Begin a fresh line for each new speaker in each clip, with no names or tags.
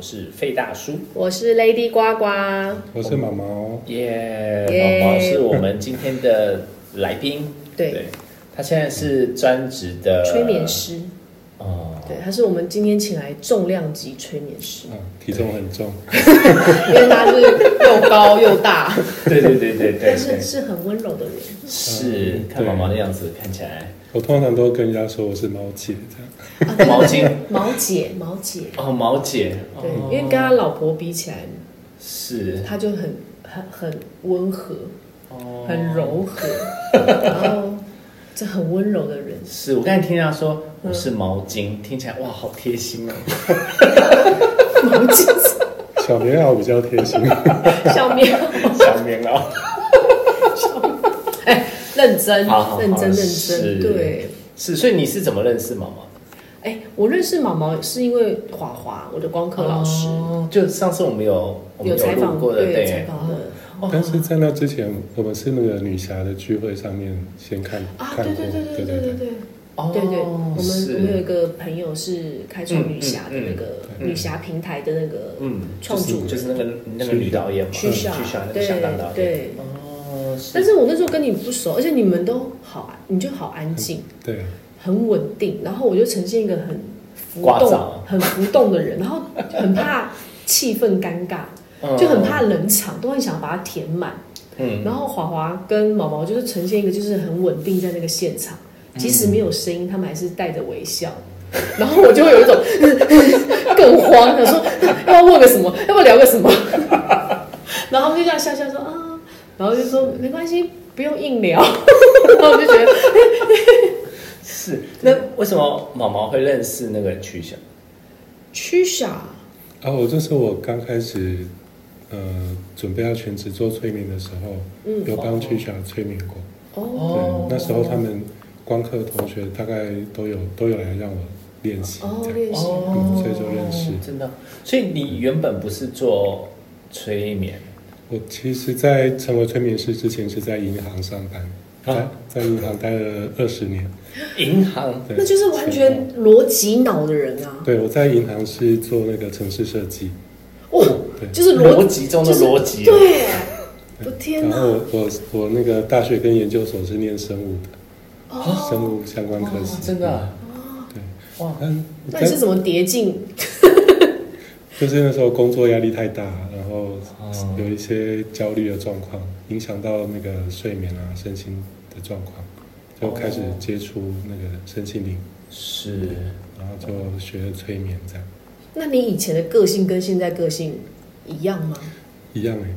是费大叔，
我是 Lady 呱呱，
我是毛毛，
耶、
耶
毛毛是我们今天的来宾，
对
他现在是专职的
催眠，师，
哦，
对，他是我们今天请来重量级催眠师，
嗯，体重很重，
因为他是又高又大，
对对对 对对
但是
对，
是很温柔的人。
是
嗯
看毛毛的样子，看起来
我通常都跟人家说我是猫姐这样，
啊对
毛巾
毛姐，毛姐，
哦，毛姐，哦
对，因为跟他老婆比起来，
是
他就很很很温和，
哦
很 柔和，然后这很温柔的人，
是我刚才听到说
嗯
我是毛巾，听起来哇，好贴心哦。
毛巾
小棉袄比较贴心，
哦小 棉袄，
小棉袄。
哎，认真
好好好，
认真，认
是
真，对。
是，所以你是怎么认识毛毛？
哎、我认识毛毛是因为华华，我的光课老师、
哦就上次我们有我们
有采
录
访
过的，哦
对，有
对
采，访的哦
但是在那之前，我们是那个女侠的聚会上面先看
啊，
看
对
过
对，对对对对对对
哦
对对，我们
是
我们有一个朋友是开创女侠的那个
嗯嗯嗯
女侠平台的那个
嗯，
创主
就
人
是那个那个女导演嘛，
曲晓
曲晓那，个
对
香港导演。
对。
哦，
但
是
是我那时候跟你不熟，而且你们都好，你就好安静，
对，
很稳定，然后我就呈现一个很浮
聒
动
噪、
很浮动的人，然后很怕气氛尴尬，
嗯
就很怕冷场，都很想把它填满。
嗯，
然后华华跟毛毛就是呈现一个就是很稳定在那个现场，即使没有声音，他们还是带着微笑。然后我就会有一种 更慌，想说要不要问个什么，要不要聊个什么。 然后他们就这样笑笑说啊，然后就说没关系，不用硬聊。 然后我就觉得，
是那为什么毛毛会认识那个曲晓？
曲傻，
啊，我就是我刚开始，呃，准备要全职做催眠的时候，
嗯
有帮去侠催眠过，
哦
对，那时候他们光课同学大概都有都有来让我练习
哦
这样，
练习，
嗯所以就认识
真的。所以你原本不是做催眠，
我其实，在成为催眠师之前是在银行上班，
啊
在在银行待了二十年。
银行
对
那就是完全逻辑脑的人啊，
对，我在银行是做那个城市设计，
哦，
对
就是
逻
逻
辑中的逻辑
就是对，我天
啊然
哪，
后我我我那个大学跟研究所是念生物的，
哦
生物相关科系。
真的啊
对，
哇，
嗯，
那你是
但
怎么叠进？
就是那时候工作压力太大，然后
哦
有一些焦虑的状况，影响到那个睡眠啊、身心的状况，就开始
哦
接触那个身心灵，
是
然后就学了催眠这样。
那你以前的个性跟现在个性一样吗？
一样哎、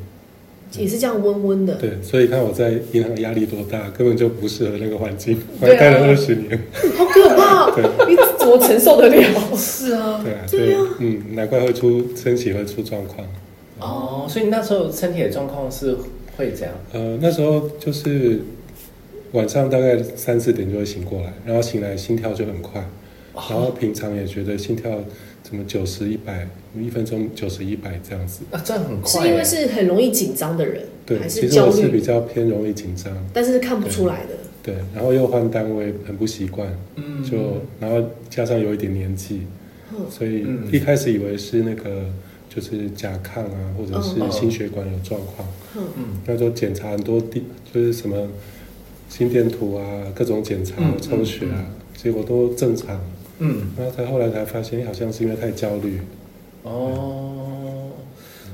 也是这样温温的，
对，所以看我在银行压力多大，根本就不适合那个环境，我
对
还
啊
待了二十年，
好可怕哦！你怎么承受得了？
是啊，
对啊，所
对
以
啊
嗯，难怪会出身体会出状况。
哦，所以那时候身体的状况是会怎样？
呃，那时候就是晚上大概三四点就会醒过来，然后醒来心跳就很快，
哦
然后平常也觉得心跳怎么九十一百，一分钟九十一百这样子。
啊，这样很快
是
耶，
因为是很容易紧张的人，
对，
还
其
是
实
焦
我是比
虑？
较偏容易紧张，
但是看不出来的。
对，然后又换单位很不习惯，
嗯
就然后加上有一点年纪，
嗯，
所以
嗯
一开始以为是那个就是甲亢啊，或者
嗯
是心血管有状况，
嗯
嗯
那时候检查很多地，就是什么心电图啊，各种检查
嗯、嗯
抽血啊，结果都正常。
嗯
然后才后来才发现，好像是因为太焦虑，
哦，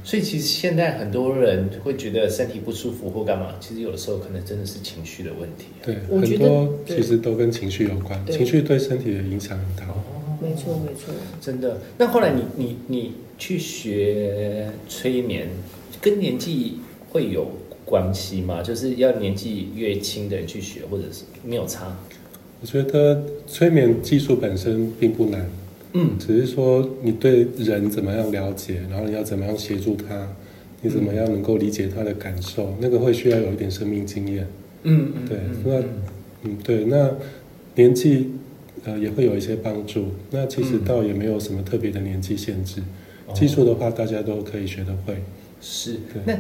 所以其实现在很多人会觉得身体不舒服或干嘛，其实有的时候可能真的是情绪的问题。啊
对，
我
很
觉得
多
对
其实都跟情绪有关，
对
情绪对身体的影响很大。
没错没错。
真的。那后来你你你去学催眠，跟年纪会有关系吗？就是要年纪越轻的人去学，或者是没有差？
我觉得催眠技术本身并不难，
嗯，
只是说你对人怎么样了解，然后你要怎么样协助他，你怎么样能够理解他的感受，那个会需要有一点生命经验。
嗯嗯，
对
嗯，
那嗯对，那年纪呃也会有一些帮助。那其实
嗯
倒也没有什么特别的年纪限制，
哦
技术的话大家都可以学得会。
是
对
那。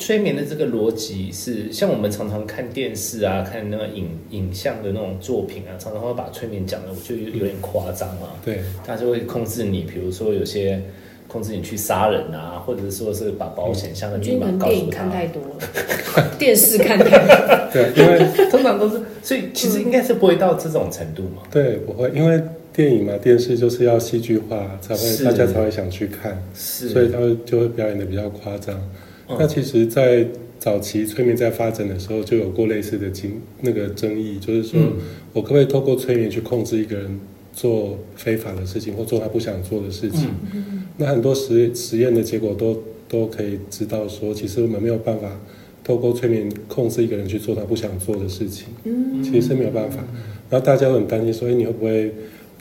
催眠的这个逻辑是，像我们常常看电视啊，看那个影影像的那种作品啊，常常会把催眠讲的，我觉得有有点夸张啊。
对，
它就会控制你，比如说有些控制你去杀人啊，或者说是把保险箱的
我
密
觉得
码
可能
告
电影
诉
看太
他。
多了，电视看太多，
对，啊因为
通常都是，所以其实应该是不会到这种程度嘛。
对不会，因为电影嘛，电视就是要戏剧化，才
是
会大家才会想去看，
是，
所以他们就会表演的比较夸张。
嗯
那其实，在早期催眠在发展的时候，就有过类似的经那个争议，就是说、
嗯
我可不可以透过催眠去控制一个人做非法的事情，或做他不想做的事情？
嗯
嗯
那很多实实验的结果都都可以知道说，其实我们没有办法透过催眠控制一个人去做他不想做的事情，
嗯，
其实是没有办法。然后大家都很担心说，哎，你会不会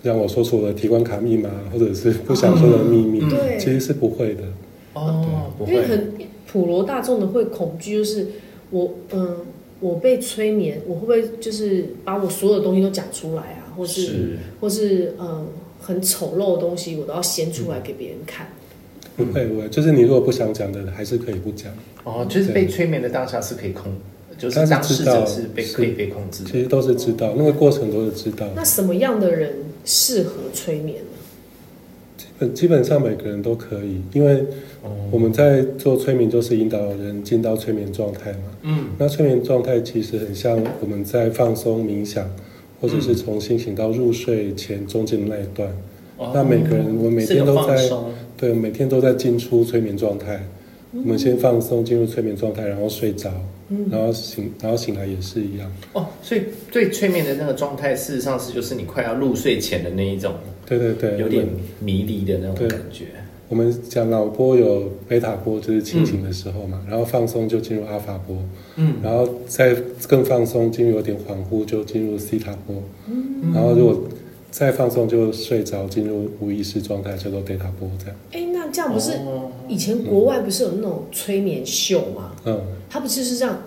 让我说出我的提款卡密码，或者是不想说的秘密？
嗯
对
其实是不会的。
哦，不
因为
会，
很普罗大众的会恐惧，就是我嗯，我被催眠，我会不会就是把我所有的东西都讲出来啊，或是
是
或是嗯很丑陋的东西，我都要先出来给别人看。
不会，
嗯
不会，就是你如果不想讲的，还是可以不讲。
哦，就是被催眠的当下是可以控，就是当
但是
事
知道
者是被
是
可以被控制
其
的。
实都是知道，那个过程都是知
嗯
道。
那什么样的人适合催眠呢？
基本基本上每个人都可以，因为我
哦，
们在做催眠，就是引导人进到催眠状态嘛。
嗯，
那催眠状态其实很像我们在放松、冥想，或者是从清醒到入睡前中间的那一段。
哦
那每个人我们每
是个
天都在
放松
对，每天都在进出催眠状态。
嗯
我们先放松，进入催眠状态，然后睡着，然后醒，然后醒来也是一样。
哦，所以最催眠的那个状态，事实上是就是你快要入睡前的那一种，
对对对，
有
我
点
们
迷离的那种
对
感觉。
我们讲脑波有贝塔波，就是清醒的时候嘛，然后放松就进入阿法波，
嗯，
然后再更放松，进入有点恍惚就进入西塔波，然后如果再放松就睡着，进入无意识状态叫做贝塔波，这样。
哎，那这样不是
哦
以前国外不是有那种催眠秀吗？
嗯，
他不就是这样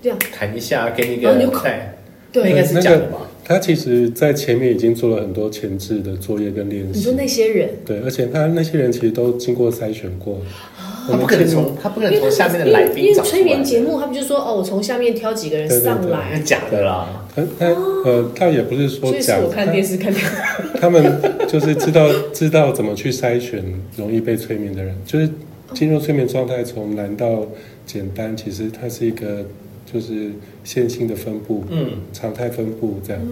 这样？
弹一下，给你一
然后
个
哦你就
带，那应
对，
该是假的吧？
他其实在前面已经做了很多前置的作业跟练
你说
习，
那些人，
对，而且他那些人其实都经过筛选过，
他不可能从他不可
因
能
为他
从
们
下面的来宾
因为
找出
催眠
来，
节目，他们就说哦，我从下面挑几个人
对对
上
对
那
来，啊
假的啦。
他他呃，倒也不是说
所以是
假的，
我看电视看电视，
他们就是知道知道怎么去筛选容易被催眠的人，就是进入催眠状态，从难到简单，其实它是一个就是线性的分布，
嗯，
常态分布这样。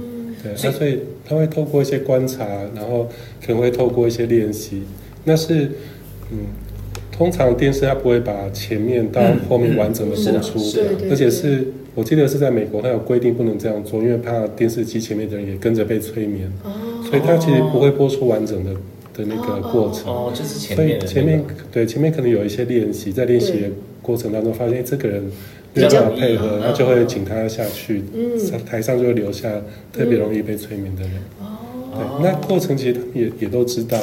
对，
所
那
以
所以他会透过一些观察，然后可能会透过一些练习，那是嗯，通常电视它不会把前面到
嗯
后面完整的
是
播
的
出，
是的
对
而且是我记得是在美国，它有规定不能这样做，因为怕电视机前面的人也跟着被催眠。
哦，
所以它其实不会播出完整的的那个过程。
哦，就是前
所以
面的那个
前面对前面可能有一些练习，在练习的
对
过程当中发现诶这个人
比
没有
较
办法
容易
配合
嗯，
他就会请他下去，
嗯
上台上就会留下特别容易被催眠的人。
哦
对，那过程其实他们也也都知道，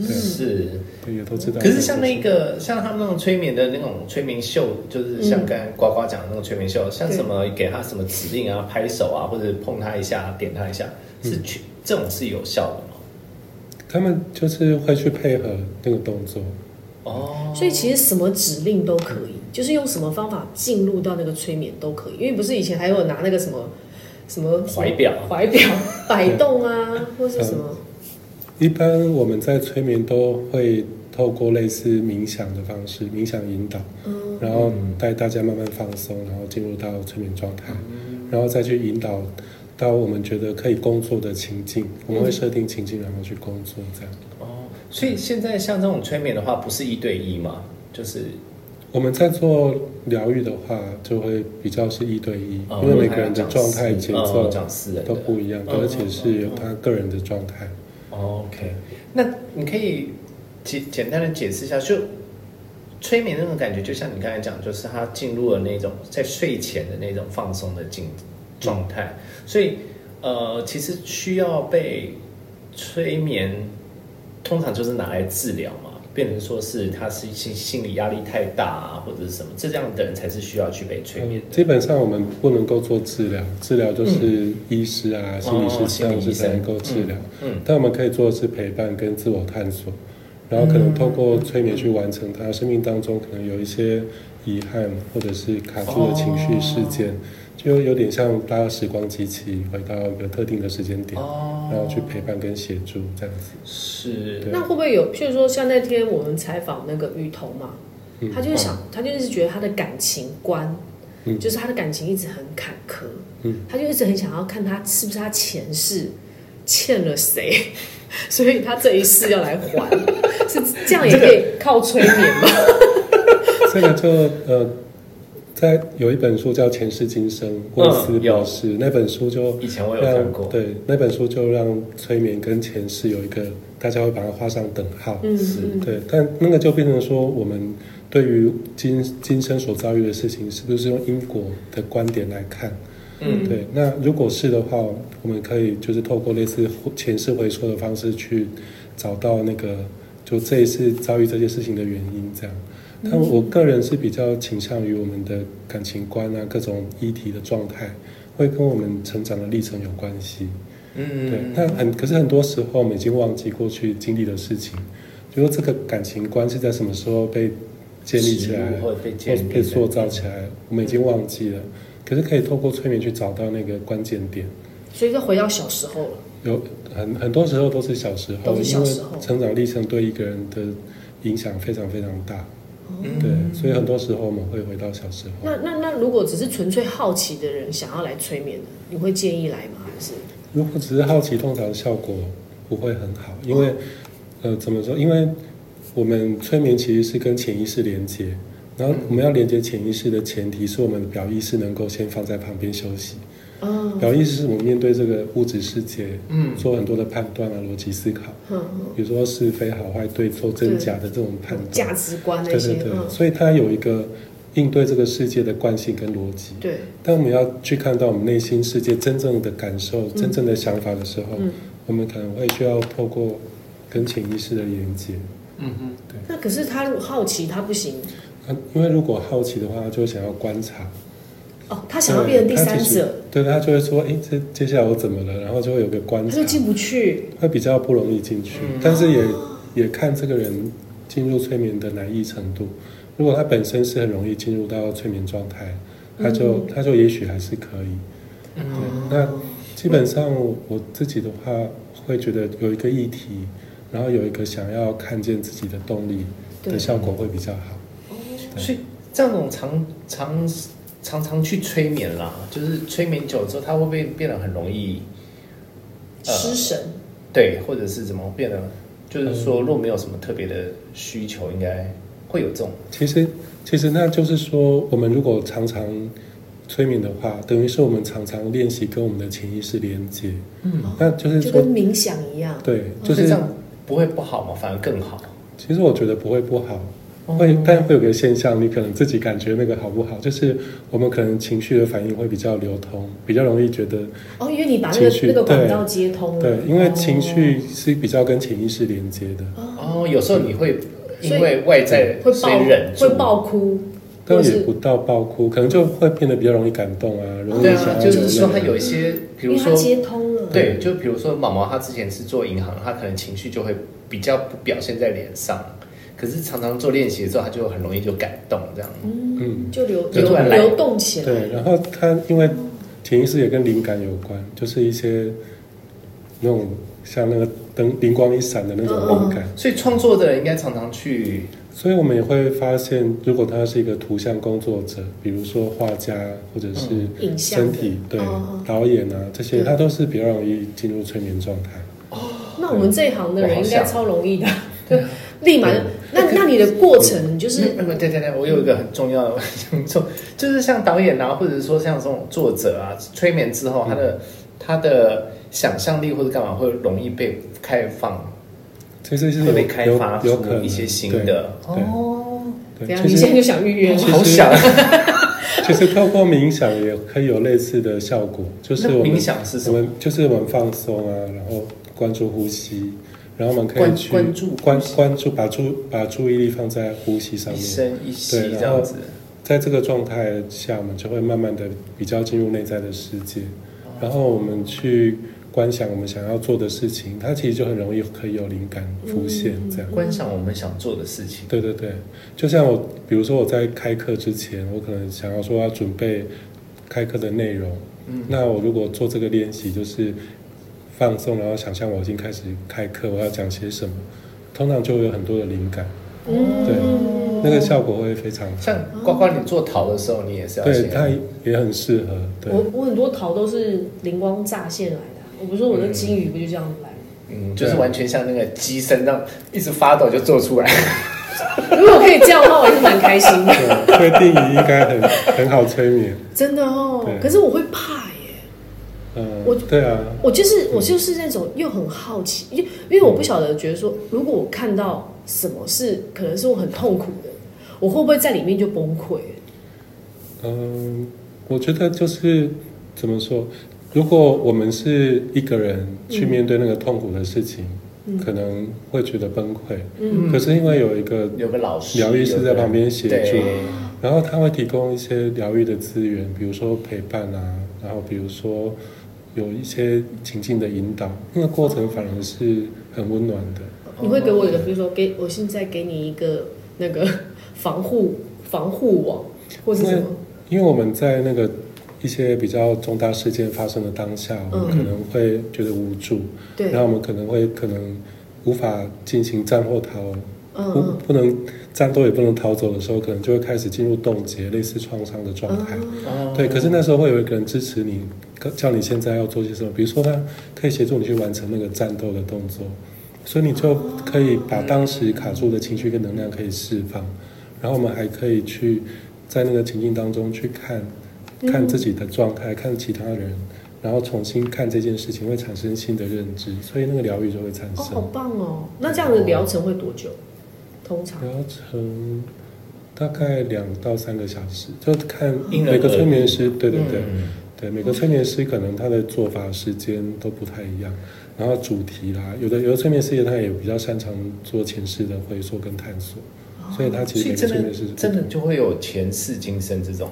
是。
对也都知道。
可是像那个像他们那种催眠的那种催眠秀，就是
嗯
像刚才呱呱讲的那种催眠秀，像什么给他什么指令啊、拍手啊，或者碰他一下、点他一下，
嗯
是去、这种是有效的吗？
他们就是会去配合那个动作，
哦，
所以其实什么指令都可以，就是用什么方法进入到那个催眠都可以，因为不是以前还有拿那个什么什么
怀表啊
怀 表摆动啊，或是什么
一般我们在催眠都会透过类似冥想的方式，冥想引导，
嗯
然后带大家慢慢放松，然后进入到催眠状态，然后再去引导到我们觉得可以工作的情境，我们会设定情境，然后去工作这样。
哦，所以现在像这种催眠的话，不是一对一嘛，就是
我们在做疗愈的话，就会比较是一对一，
哦
因为每个人的状态
嗯
节奏
讲私人的
都不一样，
嗯
而且是有他个人的状态。
哦 OK，那你可以简简单的解释一下，就催眠那种感觉，就像你刚才讲，就是他进入了那种在睡前的那种放松的境状态，所以呃，其实需要被催眠，通常就是拿来治疗嘛。变成说是他是心心理压力太大啊，或者是什么，这样的人才是需要去被催眠的。
基本上我们不能够做治疗，治疗就是医师啊、心理师、治疗师才能够治疗。
嗯，
但我们可以做的是陪伴跟自我探索，然后可
嗯
能透过催眠去完成
哦
他生命当中可能有一些遗憾或者是卡住的情绪事件，就有点像搭时光机器回到一个特定的时间点，
哦
然后去陪伴跟协助这样子。
是
对
那会不会有？譬如说，像那天我们采访那个芋头嘛，
嗯
他就是想，他就是觉得他的感情观，
嗯
就是他的感情一直很坎坷，
嗯
他就一直很想要看他是不是他前世欠了谁， 所以他这一世要来还，是这样也可以靠催眠吗？
这个就呃，在有一本书叫《前世今生》，
嗯
沃斯博士、那本书就
以前我有看
让
过，
对那本书就让催眠跟前世有一个大家会把它画上等号。
嗯
是
嗯，
对，但那个就变成说，我们对于今今生所遭遇的事情，是不是用因果的观点来看？
嗯
对，那如果是的话，我们可以就是透过类似前世回溯的方式去找到那个就这一次遭遇这些事情的原因，这样。但我个人是比较倾向于我们的感情观啊，各种议题的状态，会跟我们成长的历程有关系。对，
嗯，
但很可是很多时候我们已经忘记过去经历的事情，就说这个感情观是在什么时候被建立起来，
或者被建立的
被塑造起来，我们已经忘记了。可是可以透过催眠去找到那个关键点。
所以就回到小时候了。
有很很多时候都是小时候，
都是小时候
因为成长历程对一个人的影响非常非常大。
哦
嗯
对，所以很多时候我们会回到小时候。
那那那，如果只是纯粹好奇的人想要来催眠的，你会建议来吗？还是
如果只是好奇，通常效果不会很好，因
哦
为、呃，怎么说？因为我们催眠其实是跟潜意识连接，然后我们要连接潜意识的前提是我们的表意识能够先放在旁边休息。
嗯
表意识是我们面对这个物质世界，
嗯
做很多的判断啊、逻辑思考，
嗯
比如说是非好坏、对错、真假的这种判
嗯，价
断。
值观那
对
些，
对对，
嗯，
所以它有一个应对这个世界的惯性跟逻辑。
对，
当我们要去看到我们内心世界真正的感受、真正的想法的时候，
嗯
我们可能会需要透过跟潜意识的连接。
嗯哼，
那可是他如果好奇，他不行
啊因为如果好奇的话，他就想要观察，
哦，他想要变成第三者，
对他就会说：“诶，这接下来我怎么了？”然后就会有个观
他
察
就，进不去。
会比较不容易进去。
嗯
但是也也看这个人进入催眠的难易程度。如果他本身是很容易进入到催眠状态，他
嗯
就、他就也许还是可以。对，那基本上我自己的话，会觉得有一个议题，然后有一个想要看见自己的动力
对
的效果会比较好。
所以这样种常常常常去催眠啦，就是催眠久之后，他会不会变得很容易呃
失神，
对，或者是怎么变得？就是说，若没有什么特别的需求，应该会有这种
其实，其实那就是说，我们如果常常催眠的话，等于是我们常常练习跟我们的潜意识连接。
嗯，
那就是
就
说
跟，冥想一样。
对，就
所以
是
哦这样不会不好嘛，反而更好。
其实我觉得不会不好，
哦
会，但会有个现象，你可能自己感觉那个好不好，就是我们可能情绪的反应会比较流通，比较容易觉得
哦，因为你把那个
情绪
那个管
对
道接
哦
通了。哦
对，因为情绪是比较跟潜意识连接的，
哦，有时候你会
所以
因为外在
哦会
所以忍
爆
住
会爆哭，或
但
者
也
是
不到爆哭，可能就会变得比较容易感动啊，容易
对
想
啊，
要
就是说
流
他
泪
有一些，比
因
如
为它
说
接通了。
对，就比如说毛毛，他之前是做银行，他可能情绪就会比较不表现在脸上，可是常常做练习的时候，他就很容易就感动这样。
嗯。
就流
就
流
突然来
流动起来。
对，然后它因为潜意识也跟灵感有关，就是一些那种像那个灯灵光一闪的那
嗯
种灵感，
所以创作的人应该常常去，
所以我们也会发现，如果他是一个图像工作者，比如说画家或者是
影像
身体、
的
对、
哦
导演啊这些，
对
他都是比较容易进入催眠状态。
那我们这一行的人应该
我好想
超容易的， 对，立马就。那那你的过程就
就是是对对对，我有一个很重要的想做，就是像导演啊，或者说像这种作者啊，催眠之后，他的、他的想象力或者干嘛会容易被开放，
其实是
会
有
被开发
有有可
出
能
一些新的。
对对
哦，
对
怎样？
其
你
实
现在就想预约吗？
好啊想，
其实透过冥想也可以有类似的效果，就是
那
我们
冥想是什
我
么
们就是我们放松啊，然后关注呼吸，然后我们可以
关
去
关注呼吸
关关注，把注把注意力放在呼吸上
一
面。
生一息
对
这
然后
样子。
在这个状态下，我们就会慢慢的比较进入内在的世界，然后我们去观想我们想要做的事情，它其实就很容易可以有灵感浮现，这样。
观想我们想做的事情。
对对对，就像我，比如说我在开课之前，我可能想要说要准备开课的内容。
嗯
那我如果做这个练习，就是放松，然后想象我已经开始开课，我要讲些什么，通常就会有很多的灵感，
嗯，
那个效果会非常好。
像呱呱，你做陶的时候，你也是要
嗯对，
先
它也很适合。对，
我我很多桃都是灵光乍现来的啊、我不是说我的金鱼不就这样来的，
嗯，就是完全像那个鸡身上一直发抖就做出来。
如果可以这样的话，我还是蛮开心的，
对，推定仪应该很 很好催眠。
真的哦
对。
可是我会怕耶，
嗯
我，
对啊，
我就是我就是那种又很好奇，因为因为我不晓得，觉得说如果我看到什么是可能是我很痛苦的，我会不会在里面就崩溃？
嗯，我觉得就是怎么说，如果我们是一个人去面对那个痛苦的事情，
嗯
可能会觉得崩溃。
嗯
可是因为有一个
有个老师，
疗愈师在旁边
有
协
个
助，
对，
然后他会提供一些疗愈的资源，比如说陪伴啊，然后比如说有一些情境的引导，那个过程反而是很温暖的。
你会给我一个，比如说给我现在给你一个那个 防护防护网，或是什么？
因为我们在那个一些比较重大事件发生的当下，我们
嗯
可能会觉得无助，
对，
然
嗯
后我们可能会可能无法进行战后逃，不
嗯
不能战斗也不能逃走的时候，可能就会开始进入冻结，类似创伤的状态。
嗯
哦
对，可是那时候会有一个人支持你，叫你现在要做些什么，比如说他可以协助你去完成那个战斗的动作，所以你就可以把当时卡住的情绪跟能量可以释放，然后我们还可以去在那个情境当中去看，
嗯
看自己的状态，看其他人，然后重新看这件事情，会产生新的认知，所以那个疗愈就会产
哦，
生
好。棒哦！那这样的疗程会多久？通常
疗程大概两到三个小时，就看
因人
每个
而
催眠
异
师，对对对。
嗯
对，每个催眠师可能他的做法、时间都不太一样，然后主题啦，有的有的催眠师他也比较擅长做前世的回溯跟探索，所以他其
哦所以
实每个
真
催眠
的
师是
真的，就会有前世今生这种，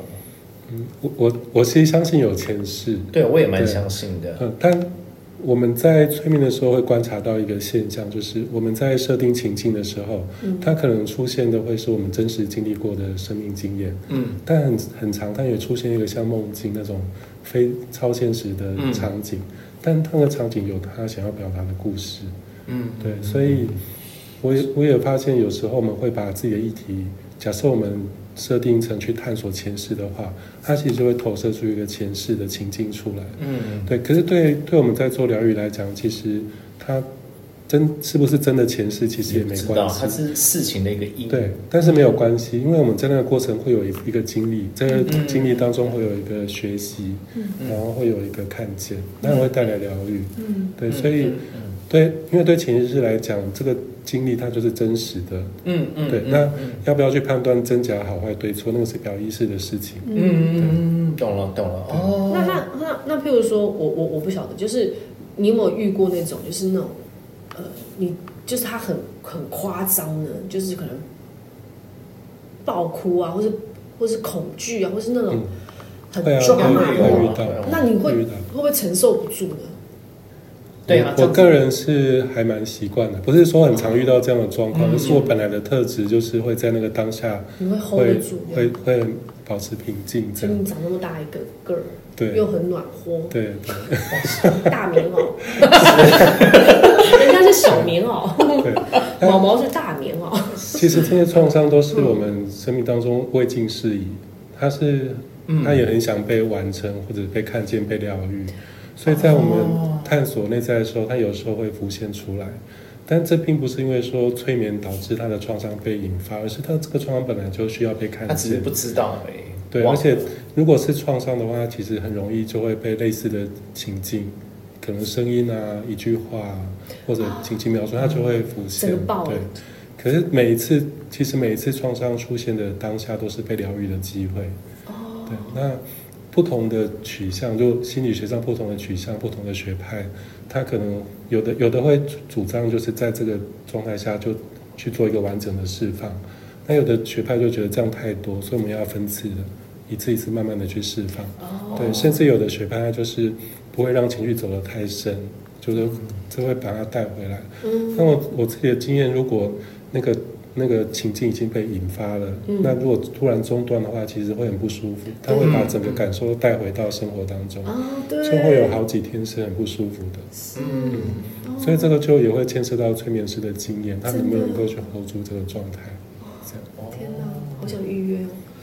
嗯，我我我其实相信有前世，
对我也蛮
对
相信的。
嗯，但我们在催眠的时候会观察到一个现象，就是我们在设定情境的时候，
嗯
它可能出现的会是我们真实经历过的生命经验，
嗯，
但很很长，它也出现一个像梦境那种非超现实的
嗯
场景，但那个场景有他想要表达的故事，
嗯，
对，所以我也我也发现，有时候我们会把自己的议题，假设我们设定成去探索前世的话，它其实就会投射出一个前世的情境出来，
嗯，
对，可是对对我们在做疗愈来讲，其实它真是不是真的前世，其实也没
知道
关
它
系。
是事情的一个因，
对，但是没有关系，因为我们在那个过程会有一一个经历，在那个经历当中会有一个学习，
嗯
然后会有一个看见，那也会带来疗愈。
嗯
对，所以
嗯
对，因为对潜意识来讲，这个经历它就是真实的。
嗯嗯，
对
嗯，
那
嗯
要不要去判断真假好坏对错，那个是表意识的事情。
嗯嗯嗯，懂了懂了哦。
那那那那，譬如说我我我不晓得，就是你有没有遇过那种，就是那种，呃，你就是他很很夸张的，就是可能爆哭啊，或是或是恐惧啊，或是那种
嗯
很
会啊
抓马
会
的
会遇
啊，
到
那你会
会遇到
会不会承受不住呢？
对啊
我
这
我个人是还蛮习惯的，不是说很常遇到这样的状况，
嗯
而是我本来的特质就是会在那个当下
你会 hold 得
会
住嗯这
会
样？
会保持平静
所
这
以
样
你。长那么大一个个儿，
对
又很暖和，
对
大棉袄， 人家是小棉袄，
对对，
毛毛是大棉袄，
其实这些创伤都是我们生命当中未尽事宜，它是
嗯
它也很想被完成或者被看见、被疗愈，所以在我
哦
们探索内在的时候，它有时候会浮现出来。但这并不是因为说催眠导致他的创伤被引发，而是他这个创伤本来就需要被看
他只是
见
不。知道而已。
对，
哇
而且如果是创伤的话，它其实很容易就会被类似的情境，可能声音啊、一句话、啊、或者情境描述，它就会浮现。
整个爆了
对，可是每一次，其实每一次创伤出现的当下，都是被疗愈的机会。
哦，
对，那不同的取向，就心理学上不同的取向、不同的学派，它可能有的有的会主张就是在这个状态下就去做一个完整的释放，那有的学派就觉得这样太多，所以我们要分次的，一次一次慢慢的去释放。
哦，
对，甚至有的学派它就是不会让情绪走得太深，就是就会把它带回来。
嗯
那我我自己的经验，如果那个那个情境已经被引发了，
嗯
那如果突然中断的话，其实会很不舒服，它会把整个感受带回到生活当中，
啊，嗯对，
就会有好几天是很不舒服的。
嗯，
哦
所以这个就也会牵涉到催眠师的经验，他能不
真的哦
能够去 hold 住这个状态。这样
天哪，好想预 约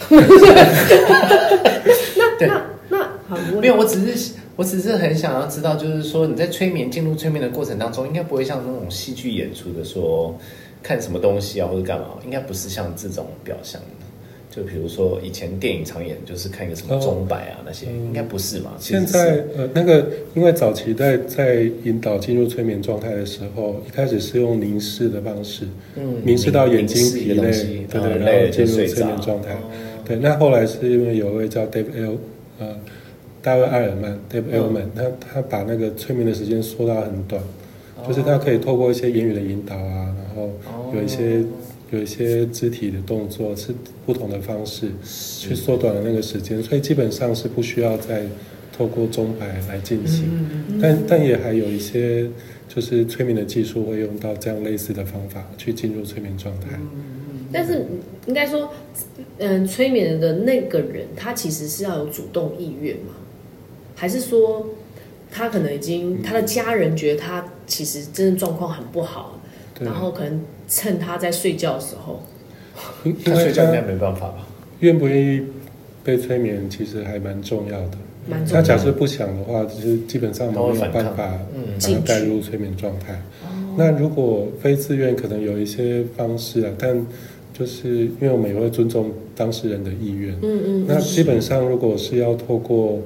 哦。
对
那那好，你问
没有，我只是我只是很想要知道，就是说你在催眠进入催眠的过程当中，应该不会像那种戏剧演出的说看什么东西啊或者干嘛，应该不是像这种表象的。就比如说以前电影常演，就是看一个什么钟摆啊、那些，
哦嗯
应该不是嘛？
现
其实
在
是
呃，那个因为早期在在引导进入催眠状态的时候，一开始是用凝视的方式，
嗯
凝视到眼睛
凝视嗯
疲
一个东
累
西，然
对
后
对，
累
然
了
后进
就
入
睡
催眠
着
状态
哦。
对，那后来是因为有一位叫 Dave L 呃大卫艾尔曼 Dave
嗯
Elman，、他他把那个催眠的时间缩到很短，
哦
就是他可以透过一些言语的引导啊，然后
哦
有一些、有一些肢体的动作是不同的方式去缩短了那个时间，所以基本上是不需要再透过钟摆来
哦
进行，
嗯
但但也还有一些就是催眠的技术会用到这样类似的方法去进入催眠状态。
但是应该说，嗯，催眠的那个人，他其实是要有主动意愿吗？还是说，他可能已经
嗯
他的家人觉得他其实真的状况很不好，
嗯
对
然，后可能趁他在睡觉的时候，
因因
他
为
睡觉应该
他
没办法吧？
愿不愿意被催眠其实还蛮重要的。
蛮重
嗯他
要
假设不想的话，就是基本上我们没有办
他会反
法
嗯
把他带入催眠状态。那如果非自愿，可能有一些方式啊，但就是因为我们也会尊重当事人的意愿。
嗯嗯
那基本上如果是要透过，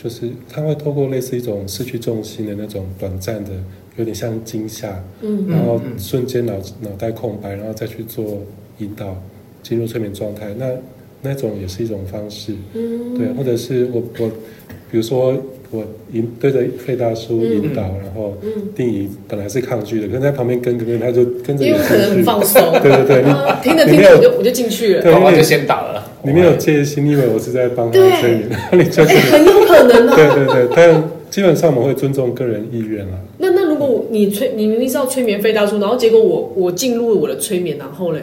就是他会透过类似一种失去重心的那种短暂的，有点像惊吓，
嗯
然后
嗯嗯
瞬间脑脑袋空白，然后再去做引导进入催眠状态。那那种也是一种方式。
嗯，
对，啊或者是我我，比如说我引对着费大
嗯
叔引导，然后定仪本来是抗拒的，可是在旁边跟跟他就跟着
因
你
为我可能很
抗
放松，
对 对对你
啊听着听
你没
着
有
我就我就进去了，
对
宝宝
因为
就先打了，哎
拒，你没有戒心，你以为我是在帮他
对
催眠， 然后你就
哎，
是
很有可能哦。
对对对，但基本上我们会尊重个人意愿啦。
那那如果你催，你明明知道催眠费大叔，然后结果我我进入我的催眠，然后嘞，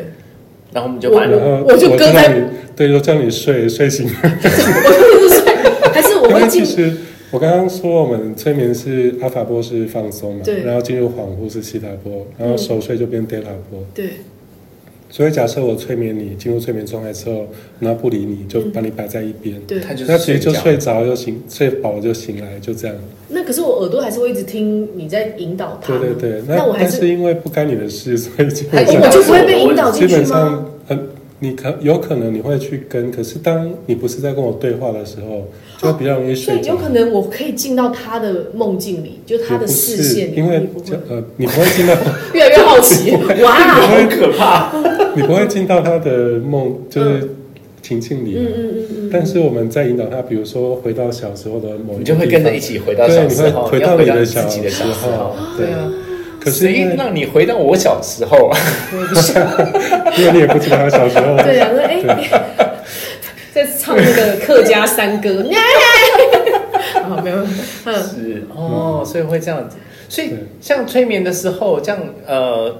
然后我们就把你
然 后
我就
我
跟
知道
在
你，对，就叫你睡睡醒。
我就不睡，还是我
因
会
为其
进
实我刚刚说，我们催眠是阿法波是放松嘛
对，嗯
然后进入恍惚是西塔波，然后熟睡就变德塔波。
对，
所以假设我催眠你，进入催眠状态之后，然后不理你，
嗯
就把你摆在一边，
对
他就是
那其实就
觉
睡着就醒，睡饱了就醒来，就这样。
那可是我耳朵还是会一直听你在引导他
对
嘛，
对对，
那我还
但是因为不干你的事，所以基
还
本
是
上
我就不会被引
搞
导进
基
去吗？
本上很。你可有可能你会去跟，可是当你不是在跟我对话的时候，就会比较容易
哦所
睡
以
着。
有可能我可以进到他的梦境里，就是他
也
的
不
视
是
线里，
因为
你不
就
会
呃，你不会进到，
越来越好奇，哇，
好可怕，
你不会进到他的梦，就是情境里。
嗯嗯嗯嗯，
但是我们在引导他，比如说回到小时候的某一个
你就会跟着
地
一
方
起回到小时候，
对你会回
要
到
回
你
到
的
自己的
小
小时
时
候
候，
对啊。
可是因
谁
为
让你回到我小时候啊？
因为你也不知道他小时候
对啊，那哎、在唱那个客家山歌，啊没有，嗯，
是 哦，所以会这样子。所以
对
像催眠的时候，这样呃，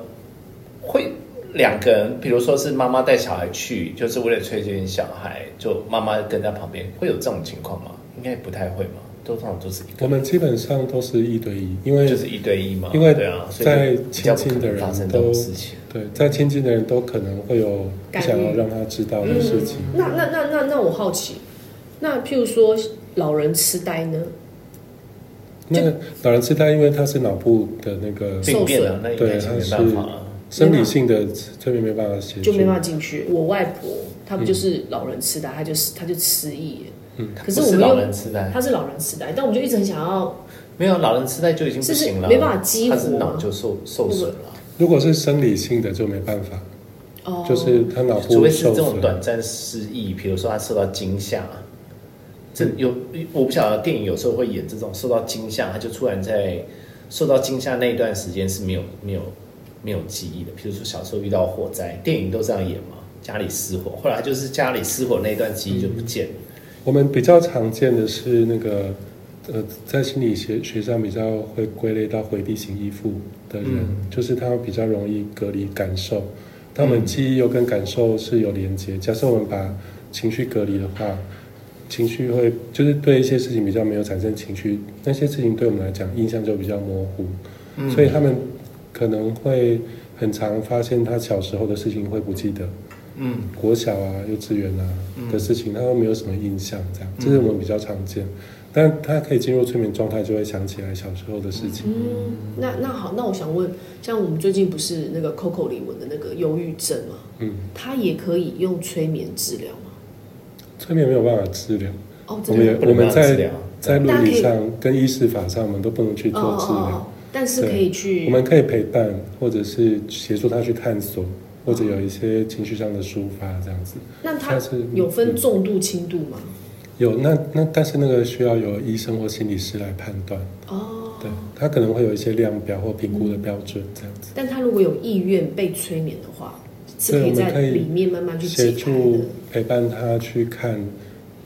会两个人，比如说是妈妈带小孩去，就是为了催眠小孩，就妈妈跟在旁边，会有这种情况吗？应该不太会嘛，都通常都是一
我
个，
们基本上都是一对一，因为
就是一对一嘛。
因为
对啊，所
在
以就比较不可
亲近的
能
人
发生这
都
种事情。
对在亲近的人都可能会有不想要让他知道的事情。
那那那那那我好奇，那譬如说老人痴呆呢？
嗯
那老人痴呆，因为他是脑部的那个
是
病变了，那应该
对
是
他
没
是
办法了。
生理性的催眠没办法协
就
助
没，办法进去。我外婆她不就是老人痴呆，她就是她就失忆耶。
嗯
可是
不
我
是
们
老
又
人痴呆，
她是老人痴呆，但我们就一直很想要，
没有老人痴呆就已经不行了，
就是没办法激活啊
他是脑就受受损了。
如果是生理性的就没办法，
哦，
就是他脑
除
部
非是
受
这种
损。
短暂失忆，比如说他受到惊吓，啊这
嗯
有我不晓得电影有时候会演这种受到惊吓，他就突然在受到惊吓那一段时间是没有没有没有记忆的。比如说小时候遇到火灾，电影都这样演嘛，家里失火，后来他就是家里失火那一段记忆就不见了。
我们比较常见的是那个，呃，在心理学学上比较会归类到回避型依附的人，
嗯
就是他比较容易隔离感受，那我们记忆又跟感受是有连接。假设我们把情绪隔离的话，情绪会就是对一些事情比较没有产生情绪，那些事情对我们来讲印象就比较模糊，
嗯
所以他们可能会很常发现他小时候的事情会不记得，
嗯
国小啊、幼稚园啊
嗯
的事情，他都没有什么印象，
嗯
这样这是我们比较常见。但他可以进入催眠状态，就会想起来小时候的事情。
嗯，那那好，那我想问，像我们最近不是那个 Coco 李玟的那个忧郁症嘛，
嗯，
她也可以用催眠治疗吗？
催眠没有办法治疗，
哦，
我
真
们
的
也
吗
不
我
能
们
让治
在
疗
在
大家
伦
可
理
以
上跟意识法上，我们都不能去
哦
做治疗。，
但是可以去
我们可以陪伴，或者是协助他去探
哦
索，或者有一些情绪上的抒发，这样子。
那
但
它
是
有分
嗯
重度、轻度吗？
有那那，但是那个需要由医生或心理师来判断，
哦，
对他可能会有一些量表或评估的标准，这样子。
但他如果有意愿被催眠的话，是可
对
以
我们
在
可以
里面慢慢去解开
协
的
助。陪伴他去看，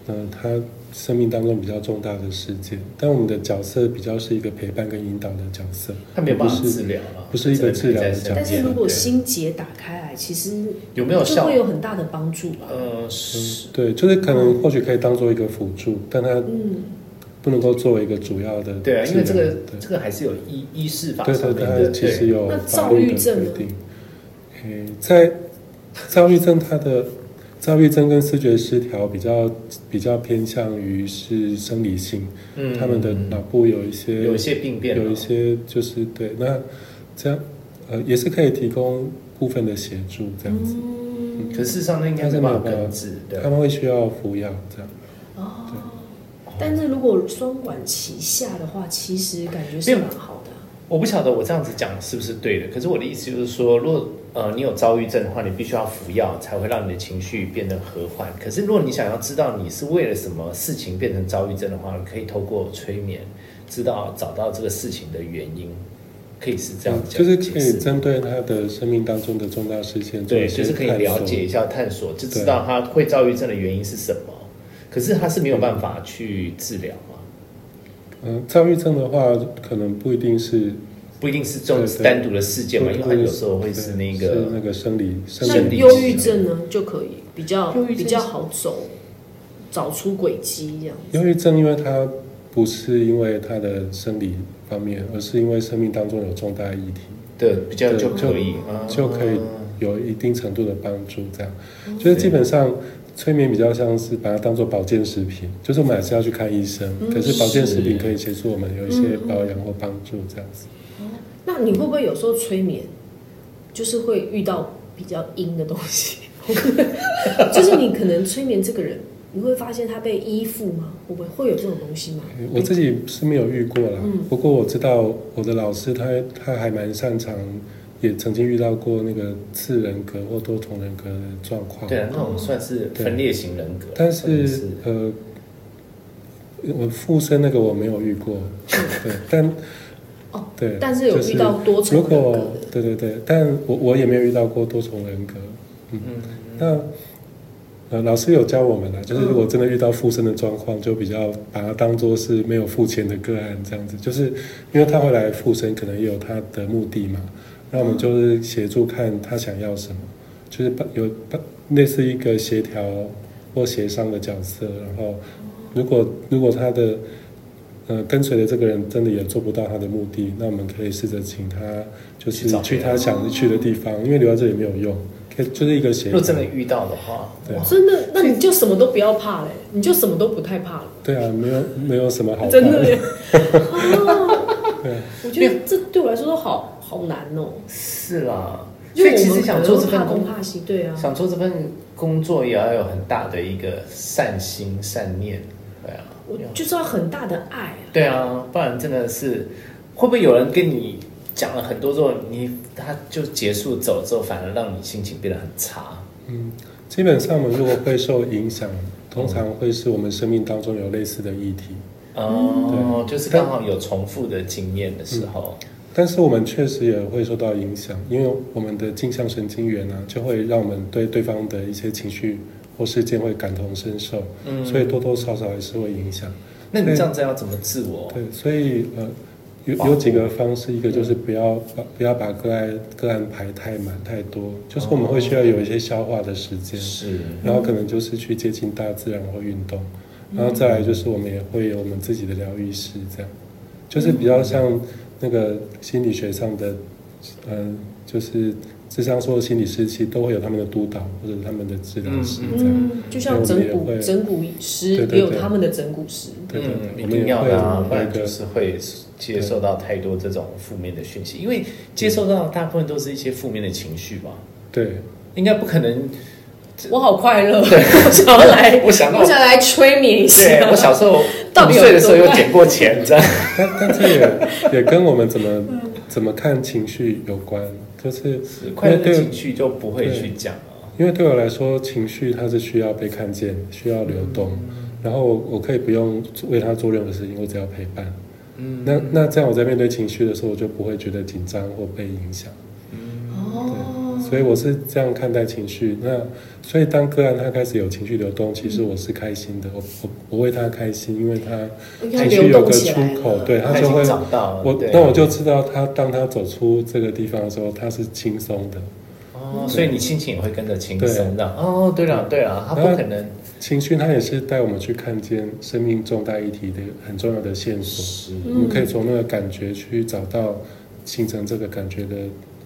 呃，他生命当中比较重大的事件，但我们的角色比较是一个陪伴跟引导的角色，
他没有办法
不是
治疗啊了，
不是一个治疗的
这
讲
个可以再深入
但
讲
是
解
如果
对
心结打开来，其实
有没有
就
效
会？有很大的帮助吧。
呃，是
对，就是可能或许可以当做一个辅助，但他
嗯，
不能够作为一个主要的
对啊，因为这
治疗
个
对
这个还是有医医事法
嗯对
上
对
面的，
对，它其实有
那
法
躁
律
郁
的
症
规
呢
定。诶，在躁郁症，它的躁郁症跟视觉失调比较比较偏向于是生理性，
嗯，
他们的脑部有一些
有一些病变，
有一，些就是对，那这样呃也是可以提供部分的协助这样子，
嗯，
可是事实上那应该没办法根治，嗯对啊
他，们会需要服药这样。
哦。但是如果双管齐下的话，其实感觉是
没有
蛮好的啊。
我不晓得我这样子讲是不是对的，可是我的意思就是说，如果呃你有躁郁症的话，你必须要服药才会让你的情绪变得和缓。可是如果你想要知道你是为了什么事情变成躁郁症的话，你可以透过催眠知道找到这个事情的原因，可以是这样
嗯
讲，
就是
解
可以
释。
针对他的生命当中的重大事件做
对，
一
就
些
是可以
探
了
索
解一下探索，就知
对
道他会躁郁症的原因是什么。可是他是没有办法去治疗嘛，
嗯，躁郁症的话，可能不一定是
不一定是这
嗯对
种
对
单独的事件嘛，因为他
对
有时候会是那
是
个
那个生理
是
生
那
理
理
忧
性
郁
的
症呢，就可以比较
忧郁症
比较好走，找出轨迹这样子。
忧郁症，因为它不是因为它的生理方面，而是因为生命当中有重大议题，
的比较
对
就
就
可以，啊
就可以有一定程度的帮助。这样，
嗯
就是基本上催眠比较像是把它当做保健食品，就是我们还是要去看医生，
嗯
可是保健食品
是
可以协助我们有一些保养或帮助这样子。
那你会不会有时候催眠，就是会遇到比较阴的东西？ 就是你可能催眠这个人，你会发现他被依附吗？会不会会有这种东西吗？
我自己是没有遇过啦，
嗯
不过我知道我的老师他他还蛮擅长，也曾经遇到过那个次人格或多重人格的状况。
对啊，那种算是分裂型人格，
但
或者
是呃，我附身那个我没有 遇过，对，但
哦，
对，
但是有
就是
遇到多重人
如
格
果
的，
对对对，但我我也没有遇到过多重人格。
嗯，
那呃，老师有教我们啊，就是
嗯
如果真的遇到附身的状况，就比较把它当做是没有付钱的个案这样子，就是因为他会来附身，可能也有他的目的嘛。那
嗯
我们就是协助看他想要什么，就是把有把类似一个协调或协商的角色。然后，如果如果他的呃跟随的这个人真的也做不到他的目的，那我们可以试着请他就是
去找
去
别人
他想去的地方，因为留在这里没有用，可以就是一个协
如
调
果。真的遇到的话，
对啊
哇
真的，那你就什么都不要怕嘞，你就什么都不太怕了，
对啊，没有没有什么好
真的
看
耶。 啊，
对啊，
我觉得这对我来说都好好难哦。
是啦，
因
所
为
以其
我
实
们
想做这
可
份
能会怕
工
东，怕西，对啊，
想做这份工作也要有很大的一个善心善念，对啊，
我就是要很大的爱啊。
对啊，不然真的是会不会有人跟你讲了很多之后，你他就结束走之后，反而让你心情变得很差？
嗯，基本上我们如果会受影响，通常会是我们生命当中有类似的议题，嗯
哦，就是刚好有重复的经验的时候，
但是我们确实也会受到影响，因为我们的镜像神经元呢、啊，就会让我们对对方的一些情绪或事件会感同身受，
嗯
所以多多少少也是会影响。
那你这样子要怎么自我？
对，所以呃，有
保护
有几个方式，一个就是不要把不要把个案个案排太满太多，就是我们会需要有一些消化的时间，
是
然后可能就是去接近大自然或运动，然后再来就是我们也会有我们自己的疗愈师这样，就是比较像那个心理学上的，呃，就是智商说的心理师其实都会有他们的督导或者他们的治疗师这样，
嗯，就像整
我们
蛊
也会
整蛊师
对对对
也有他们的整蛊师，
对对，
嗯，
我
一
们
定
也
要
会
的啊
有，
不
那
然
个
就是会接受到太多这种负面的讯息，因为接受到大部分都是一些负面的情绪吧，
对。
应该不可能。
我好快乐， 我想要来，
我想到
我想来催眠一下。
对我小时候
到
五
底有
岁的时候
多
有
坏
捡过钱，这样。
但但这也也跟我们怎么怎么看情绪有关，就是因
快
为
乐的
对
情绪就不会去讲了。
因为对我来说，情绪它是需要被看见，需要流动，然后我我可以不用为它做任何事情，我只要陪伴。
嗯
那那这样我在面对情绪的时候，我就不会觉得紧张或被影响。
哦，
所以我是这样看待情绪。那所以当个案他开始有情绪流动，其实我是开心的，我我我为他开心，因为他
应该
情绪有
流动
个
起来
出
了
口，对他
已
就
经
会
找到了，
我
哦对
那我就知道他，当他走出这个地方的时候，他是轻松的，
哦，所以你心情也会跟着轻松
对
的。哦，对了对了，他不可能
情绪它也是带我们去看见生命重大议题的很重要的线索。
是
我们可以从那个感觉去找到形成这个感觉的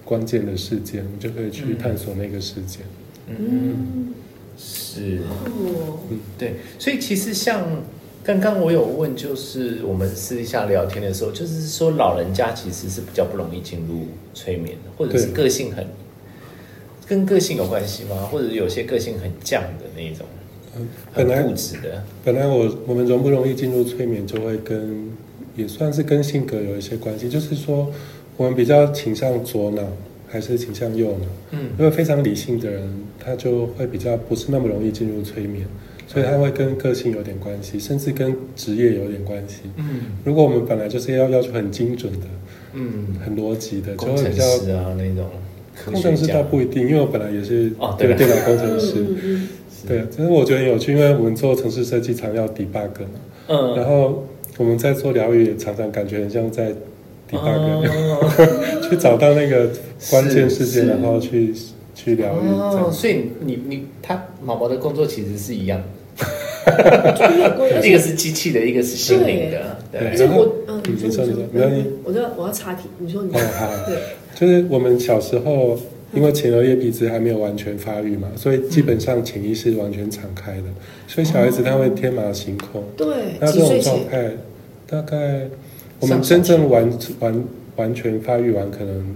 关键的事件，你就可以去探索那个事件。
嗯，
是，
哦，
对，所以其实像刚刚我有问，就是我们私底下聊天的时候，就是说老人家其实是比较不容易进入催眠的，或者是
对
个性很跟个性有关系吗？或者有些个性很犟的那一种，
嗯
很
本来
固执的，
本来我我们容不容易进入催眠，就会跟也算是跟性格有一些关系，就是说我们比较倾向左脑还是倾向右脑。
嗯
因为非常理性的人，他就会比较不是那么容易进入催眠，所以他会跟个性有点关系，甚至跟职业有点关系。
嗯
如果我们本来就是要要求很精准的、
嗯，
很逻辑的，就
工
会
程
比较。
师啊那种科
工
学
程师
家
倒，不一定，因为我本来也是
哦对
对
啊
电脑工程
嗯
师。
嗯嗯，
对，其实我觉得很有趣，因为我们做城市设计常要 debug 嘛，然
嗯，
后我们在做疗愈也常常感觉很像在 debug，、
哦
去找到那个关键事
是
件，然后去去疗愈。这
哦，
样
所以你你他毛毛的工作其实是一样的，
就是有关
一个是机器的，一个是心灵的，
对
而
对，
且我，
哎然
嗯
后，
你说
你
你说，
说你说你说
我就我要插题，你说你说
哦，好，
对，
就是我们小时候，因为前额叶皮质还没有完全发育嘛，所以基本上潜意识完全敞开的，所以小孩子他会天马行空。
对，
那
哎几
这种
岁
状
前？
态，大概我
上
们
小
真正
学
完完完全发育完，可能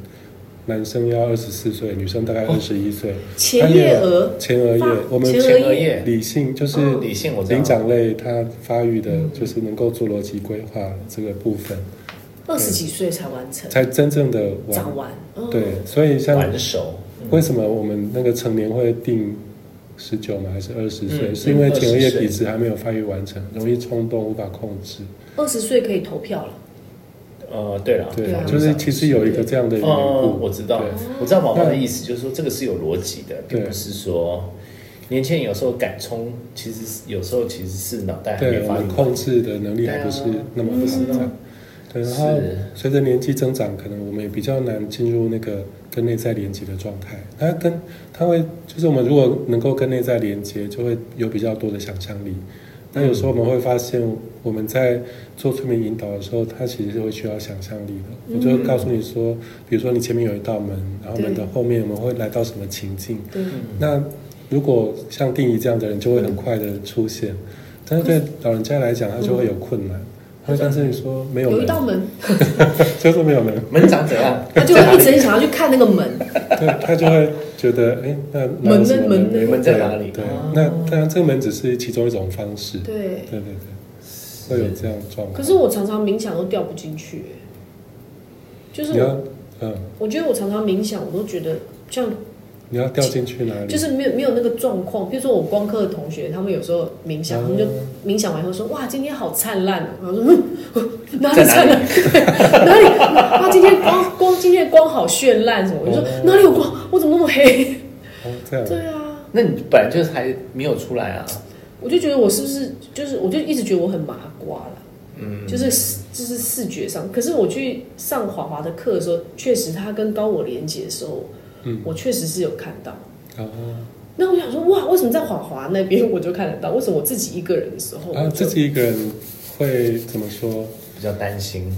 男生要二十四岁，女生大概二十一岁。
前叶额
前额叶
发，
我们
前
前
额
额
叶
叶
理性就是
哦理性我知道
灵长类，它发育的就是能够做逻辑规划这个部分，
二十几岁才完成，
才真正的
长
完。
完，嗯，
对，所以像
玩手，
为什么我们那个成年会定十九嘛，还是二十岁？
嗯
是因为前额叶
20岁
皮质还没有发育完成，容易冲动，无法控制。
二十岁可以投票了，
呃，对了，
对，
对啊
就是其实有一个这样的缘故。
哦，我知道
对，
我知道毛毛的意思，就是说这个是有逻辑的，并
对
不是说年轻人有时候敢冲，其实是有时候其实是脑袋还没
对，我
发育
们控制的能力还不是那么好。
对啊
这样对，然后
是
随着年纪增长，可能我们也比较难进入那个跟内在连接的状态。它跟它会，就是我们如果能够跟内在连接，就会有比较多的想象力。那有时候我们会发现，我们在做催眠引导的时候，它其实是会需要想象力的。我就会告诉你说，比如说你前面有一道门，然后门的
对
后面我们会来到什么情境，
对，
那如果像定义这样的人，就会很快的出现，但是对老人家来讲，他就会有困难。他会但是你说没
嗯
有
有一
门，
道 门，
就是没有门，
门长怎样？
他就
在哪
会一
里
直很想要去看那个门，
对他就会觉得，哎，那哪有什么
门呢
没有
门在哪里
对，对
哦
那当然这个门只 是其中一种方式。对
对。
对对，会有这样的状况。
可是我常常冥想都掉不进去，哎就是
你要
我，，
嗯，
我觉得我常常冥想，我都觉得像
你要掉进去哪里？
就是没有没有那个状况。比如说我光课的同学，他们有时候冥想，
嗯
他们就冥想完以后说：“哇，今天好灿烂哦！”然后说 嗯：“嗯哪里
在哪
灿
里
烂？对哪里？哇，今天光光今天光好绚烂什么？”我
哦
就说：“
嗯
哪里有光？我怎么那么黑
哦，这？”样。
对啊，
那你本来就是还没有出来啊，
我就觉得我是不是就是我就一直觉得我很麻瓜了。
嗯，
就是就是视觉上。可是我去上华华的课的时候，确实他跟高我连接的时候，
嗯，
我确实是有看到。
哦，
那我想说，哇，为什么在华华那边我就看得到？为什么我自己一个人的时候，
啊，
我就
自己一个人会怎么说？
比较担心，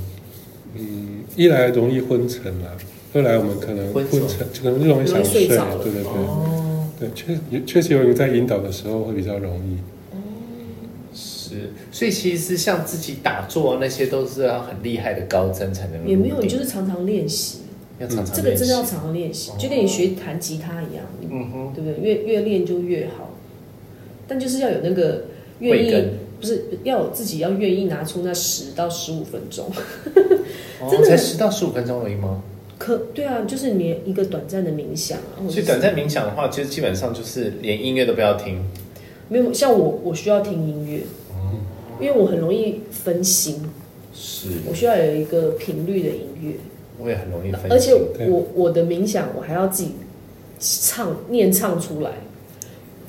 嗯，一来容易昏沉啦，二来我们可能
昏
昏
沉
沉，可能容
容
易想
易睡
睡，
着了？
对对对，
哦，
对，确也确实有人在引导的时候会比较容易。
是，所以其实像自己打坐那些都是要很厉害的高僧才能入定，
也没有，你就是常常练习。
要常常
这个真的要
练习
常常练习
哦，
就跟你学弹吉他一样，
嗯哼，
对不对？越越练就越好，但就是要有那个愿
慧
意
根，
不是要有自己要愿意拿出那十到十五分钟。
哦
真的
才十到十五分钟而已吗？
可对啊，就是你一个短暂的冥想啊，或者
所以
是
短暂冥想的话，其实基本上就是连音乐都不要听，
没有像我，我需要听音乐，
嗯
因为我很容易分心，
是，
我需要有一个频率的音乐。
我也很容易分心，
而且
对
我我的冥想我还要自己唱念唱出来，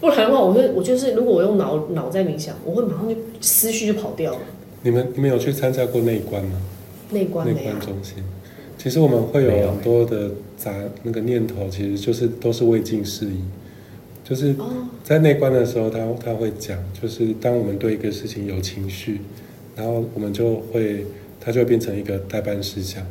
不然的话，我会我就是如果我用脑脑在冥想，我会马上就思绪就跑掉了，
你们你们有去参加过内观吗？
内观
内
没啊有
观，中心，其实我们会
没有
有很多的杂那个念头，其实就是都是未尽事宜。就是
哦
在内观的时候，他他会讲，就是当我们对一个事情有情绪，然后我们就会它就会变成一个代办事项。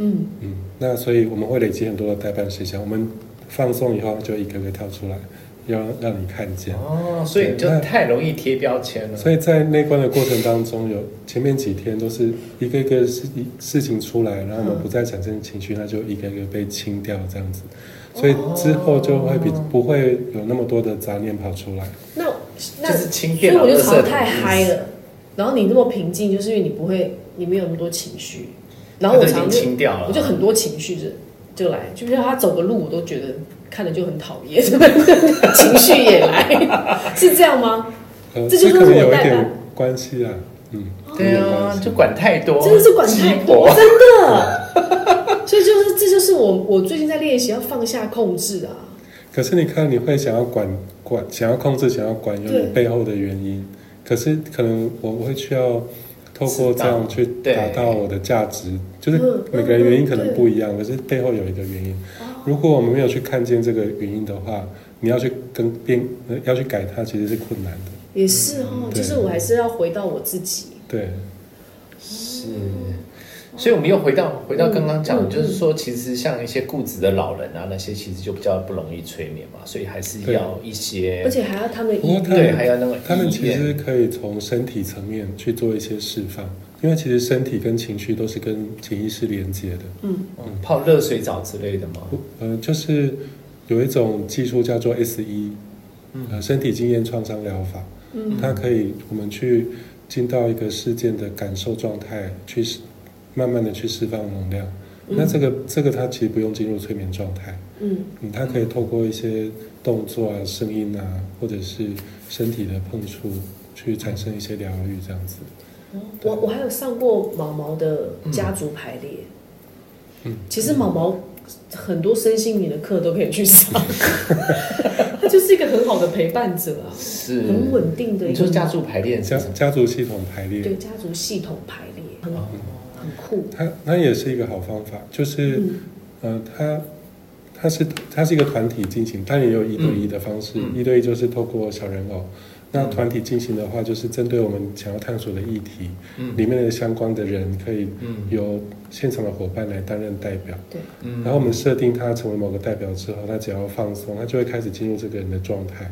嗯，
嗯，那所以我们会累积很多的代办事项，我们放松以后就一个个跳出来，要让你看见。
哦，所以你就
对那
太容易贴标签了，
所以在内观的过程当中，有前面几天都是一个一个事事情出来，然后我
嗯
们不再产生情绪，那就一个一个被清掉这样子，所以
哦
之后就会比不会有那么多的杂念跑出来。
那那
就是轻
所以
电脑
我就
垃圾
常
桶
常太嗨了，然后你那么平静，就是因为你不会你没有那么多情绪，然后我
它就已
常常
经
就
清掉了，
我就很多情绪就就来，就是他走个路我都觉得看了就很讨厌， 情绪也来，是这样吗？
呃，
这就是
可能有
我
一
代哦
点
办
关系啊，嗯，
对
有点
啊
关，系
就管太多，
真的是管太
鸡
多，
婆
真的。所以就是，这就是我我最近在练习要放下控制啊。
可是你看，你会想要管管，想要控制，想要管，有
对
你背后的原因。可是可能我会需要透过这样去
对
达到我的价值，就是
嗯
每个人原因可
嗯
能
嗯哦
不一样，可是背后有一个原因。如果我们没有去看见这个原因的话，你要去跟变，呃要去改它，其实是困难的。
也
嗯
是哦，就
对
是我还是要回到我自己。
对，
是，所以我们又回到回到刚刚讲，
嗯嗯
就是说，其实像一些固执的老人啊，那些其实就比较不容易催眠嘛，所以还是要一些
而且还要他们的
不过
意，
他
对，
们
还要那个
他们
意
其实
愿，
可以从身体层面去做一些释放，因为其实身体跟情绪都是跟潜意识连接的。
嗯，
嗯泡热水澡之类的嘛。
呃，就是有一种技术叫做 S 一、呃，身体经验创伤疗法，
嗯，
它可以我们去进到一个事件的感受状态，去释慢慢的去释放能量。那这个这个它其实不用进入催眠状态，
嗯，
嗯，它可以透过一些动作啊、声音啊，或者是身体的碰触，去产生一些疗愈，这样子。
我我还有上过毛毛的家族排列。
嗯
其实毛毛很多身心灵的课都可以去上， 他就是一个很好的陪伴者啊，
是，
很稳定的一
你
个
说家族排列
家
是什么？
家族系统排列，
对家族系统排列，很
哦
很酷。
它它也是一个好方法，就是。
嗯
呃，它它是它是一个团体进行，但也有一对一的方式。
嗯
一对一就是透过小人偶。那团体进行的话，就是针对我们想要探索的议题，
嗯
里面的相关的人可以
嗯
由现场的伙伴来担任代表。
对，
嗯
然后我们设定他成为某个代表之后，他只要放松，他就会开始进入这个人的状态，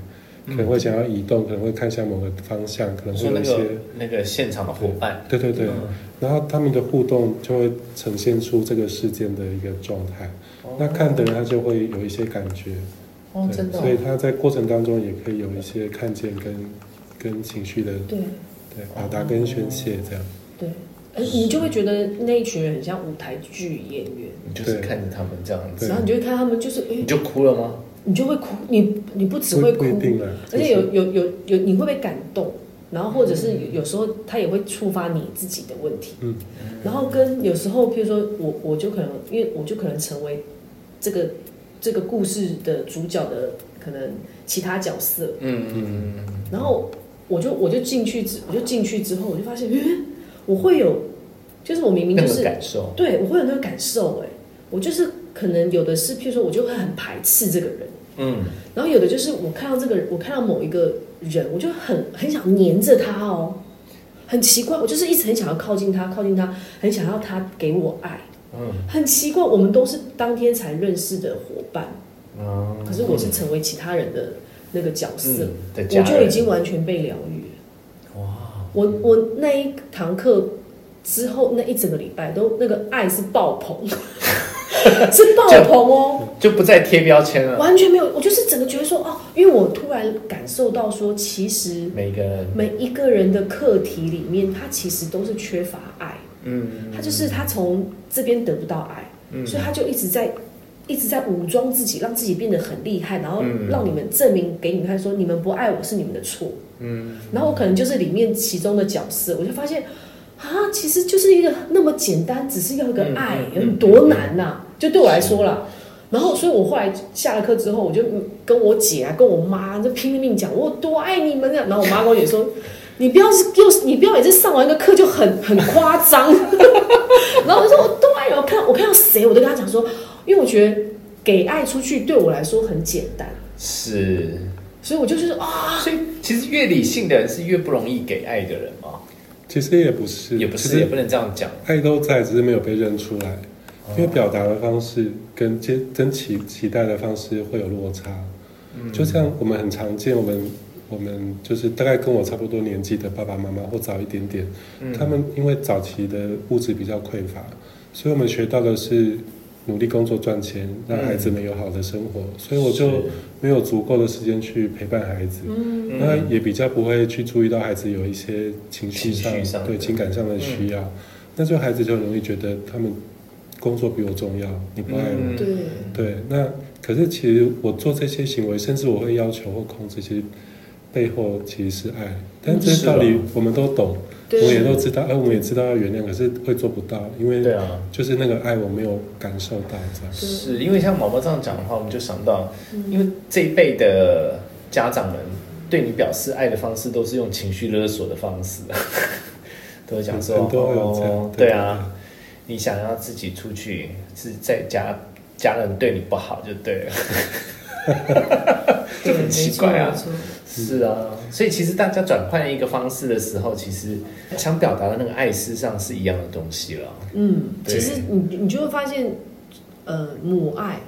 可能会想要移动，可能会看向某个方向，可能会
说
有
嗯那
一些
个。那个现场的伙伴，嗯
对对对，然后他们的互动就会呈现出这个事件的一个状态。
哦
那看的人他就会有一些感觉，
哦，
对
真的哦，
所以他在过程当中也可以有一些看见跟跟情绪的
对
对表达跟宣泄这样。
对，而你就会觉得那一群人很像舞台剧演员，
你就是
对
看着他们这样子，
对
然后你就会看他们就是，哎、
你就哭了吗？
你就会哭，你你不只会
不
哭，
不一定啦
而且有有有有你会被感动，然后或者
嗯
是有有时候他也会触发你自己的问题，
嗯，
然后跟有时候，譬如说我我就可能因为我就可能成为这个这个故事的主角的可能其他角色，
嗯嗯嗯，
然后我就我就进去之我就进去之后，我就发现，嗯，我会有，就是我明明
那
就
种
是
感受，
对我会有那个感受哎，我就是可能有的是，譬如说我就会很排斥这个人，
嗯，
然后有的就是我看到这个人，我看到某一个人，我就很很想黏着他哦，很奇怪，我就是一直很想要靠近他，靠近他，很想要他给我爱，
嗯，
很奇怪，我们都是当天才认识的伙伴，
哦
可是我是成为其他人的那个角色，
嗯的家
我就已
人，
经完全被疗愈了。
哇，
我我那一堂课之后那一整个礼拜都那个爱是爆棚， 是爆棚 哦，
就不再贴标签了。
完全没有，我就是整个觉得说哦，因为我突然感受到说，其实
每个人，
每一个人的课题里面，他其实都是缺乏爱，
嗯，
他就是他从这边得不到爱，
嗯
所以他就一直在。一直在武装自己，让自己变得很厉害，然后
嗯
让你们证明给你们看，说你们不爱我是你们的错。
嗯，
然后我可能就是里面其中的角色，我就发现啊，其实就是一个那么简单，只是要一个爱，
嗯嗯嗯
有多难呐、就对我来说啦。然后，所以我后来下了课之后，我就跟我姐啊，跟我妈就拼了命讲我有多爱你们啊。然后我妈跟我姐说，你不要是又是你不要每次上完一个课就很很夸张。 然后我就说我多爱你，我看我看到谁我都跟她讲说，因为我觉得给爱出去对我来说很简单，
是。
所以我就是啊，
所以其实越理性的人是越不容易给爱的人嘛，
其实也不是，
也不
其实
是，哦也不能这样讲。
爱都在，只是没有被认出来，因为表达的方式跟接真期期待的方式会有落差。
嗯
就像我们很常见，我们我们就是大概跟我差不多年纪的爸爸妈妈或早一点点，
嗯
他们因为早期的物质比较匮乏，所以我们学到的是努力工作赚钱，让孩子们有好的生活，
嗯
所以我就是没有足够的时间去陪伴孩子。
嗯。
那也比较不会去注意到孩子有一些情绪上、
情绪上的嗯
对情感上的需要，那就孩子就很容易觉得他们工作比我重要，你不爱我。
嗯
对
对，那可是其实我做这些行为，甚至我会要求或控制，其实背后其实是爱，但这些
是
道理
啊
我们都懂，我
对
们也都知道，而我们也知道要原谅，可是会做不到，因
对
为
啊，
就是那个爱我没有感受到这样。
是因为像毛毛这样讲的话，我们就想到，因为这一辈的家长们对你表示爱的方式，都是用情绪勒索的方 式，都会讲说，
很多有这样
哦，
对
对啊，你想要自己出去，是在家家人对你不好就对了，
对，
就很
没
奇
错
怪啊
没错
是啊，所以其实大家转换一个方式的时候，其实想表达的那个爱，事实上是一样的东西了，
嗯，
对
其实你你就会发现，呃，母爱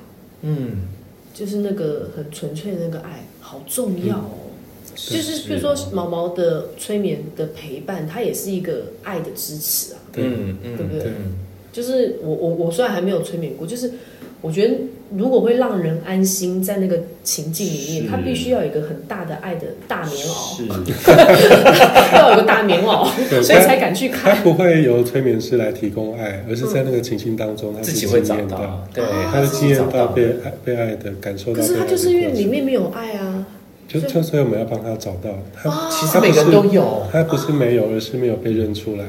嗯。
就是那个很纯粹的那个爱，好重要哦。就是比如说
是
哦
毛毛的催眠的陪伴，它也是一个爱的支持啊。
对
嗯嗯，
对不对
嗯
就是我我我虽然还没有催眠过，就是我觉得如果会让人安心在那个情境里面，
是
它必须要有一个很大的爱的大棉袄，
是，
要有一个大棉 袄，
对
所以才敢去
他
看。
不会由催眠师来提供爱，而是在那个情境当中，他
自
是
己
经
会找
验
到
到，，
对，
他是
啊自
经
己
验
找
到被爱被爱的感受到
可
被爱的过程。
是它就是因为里面没有爱啊。
就就所以我们要帮他找到，他
其实
他不
每
是
个人都有。
他不是没有，而是没有被认出来。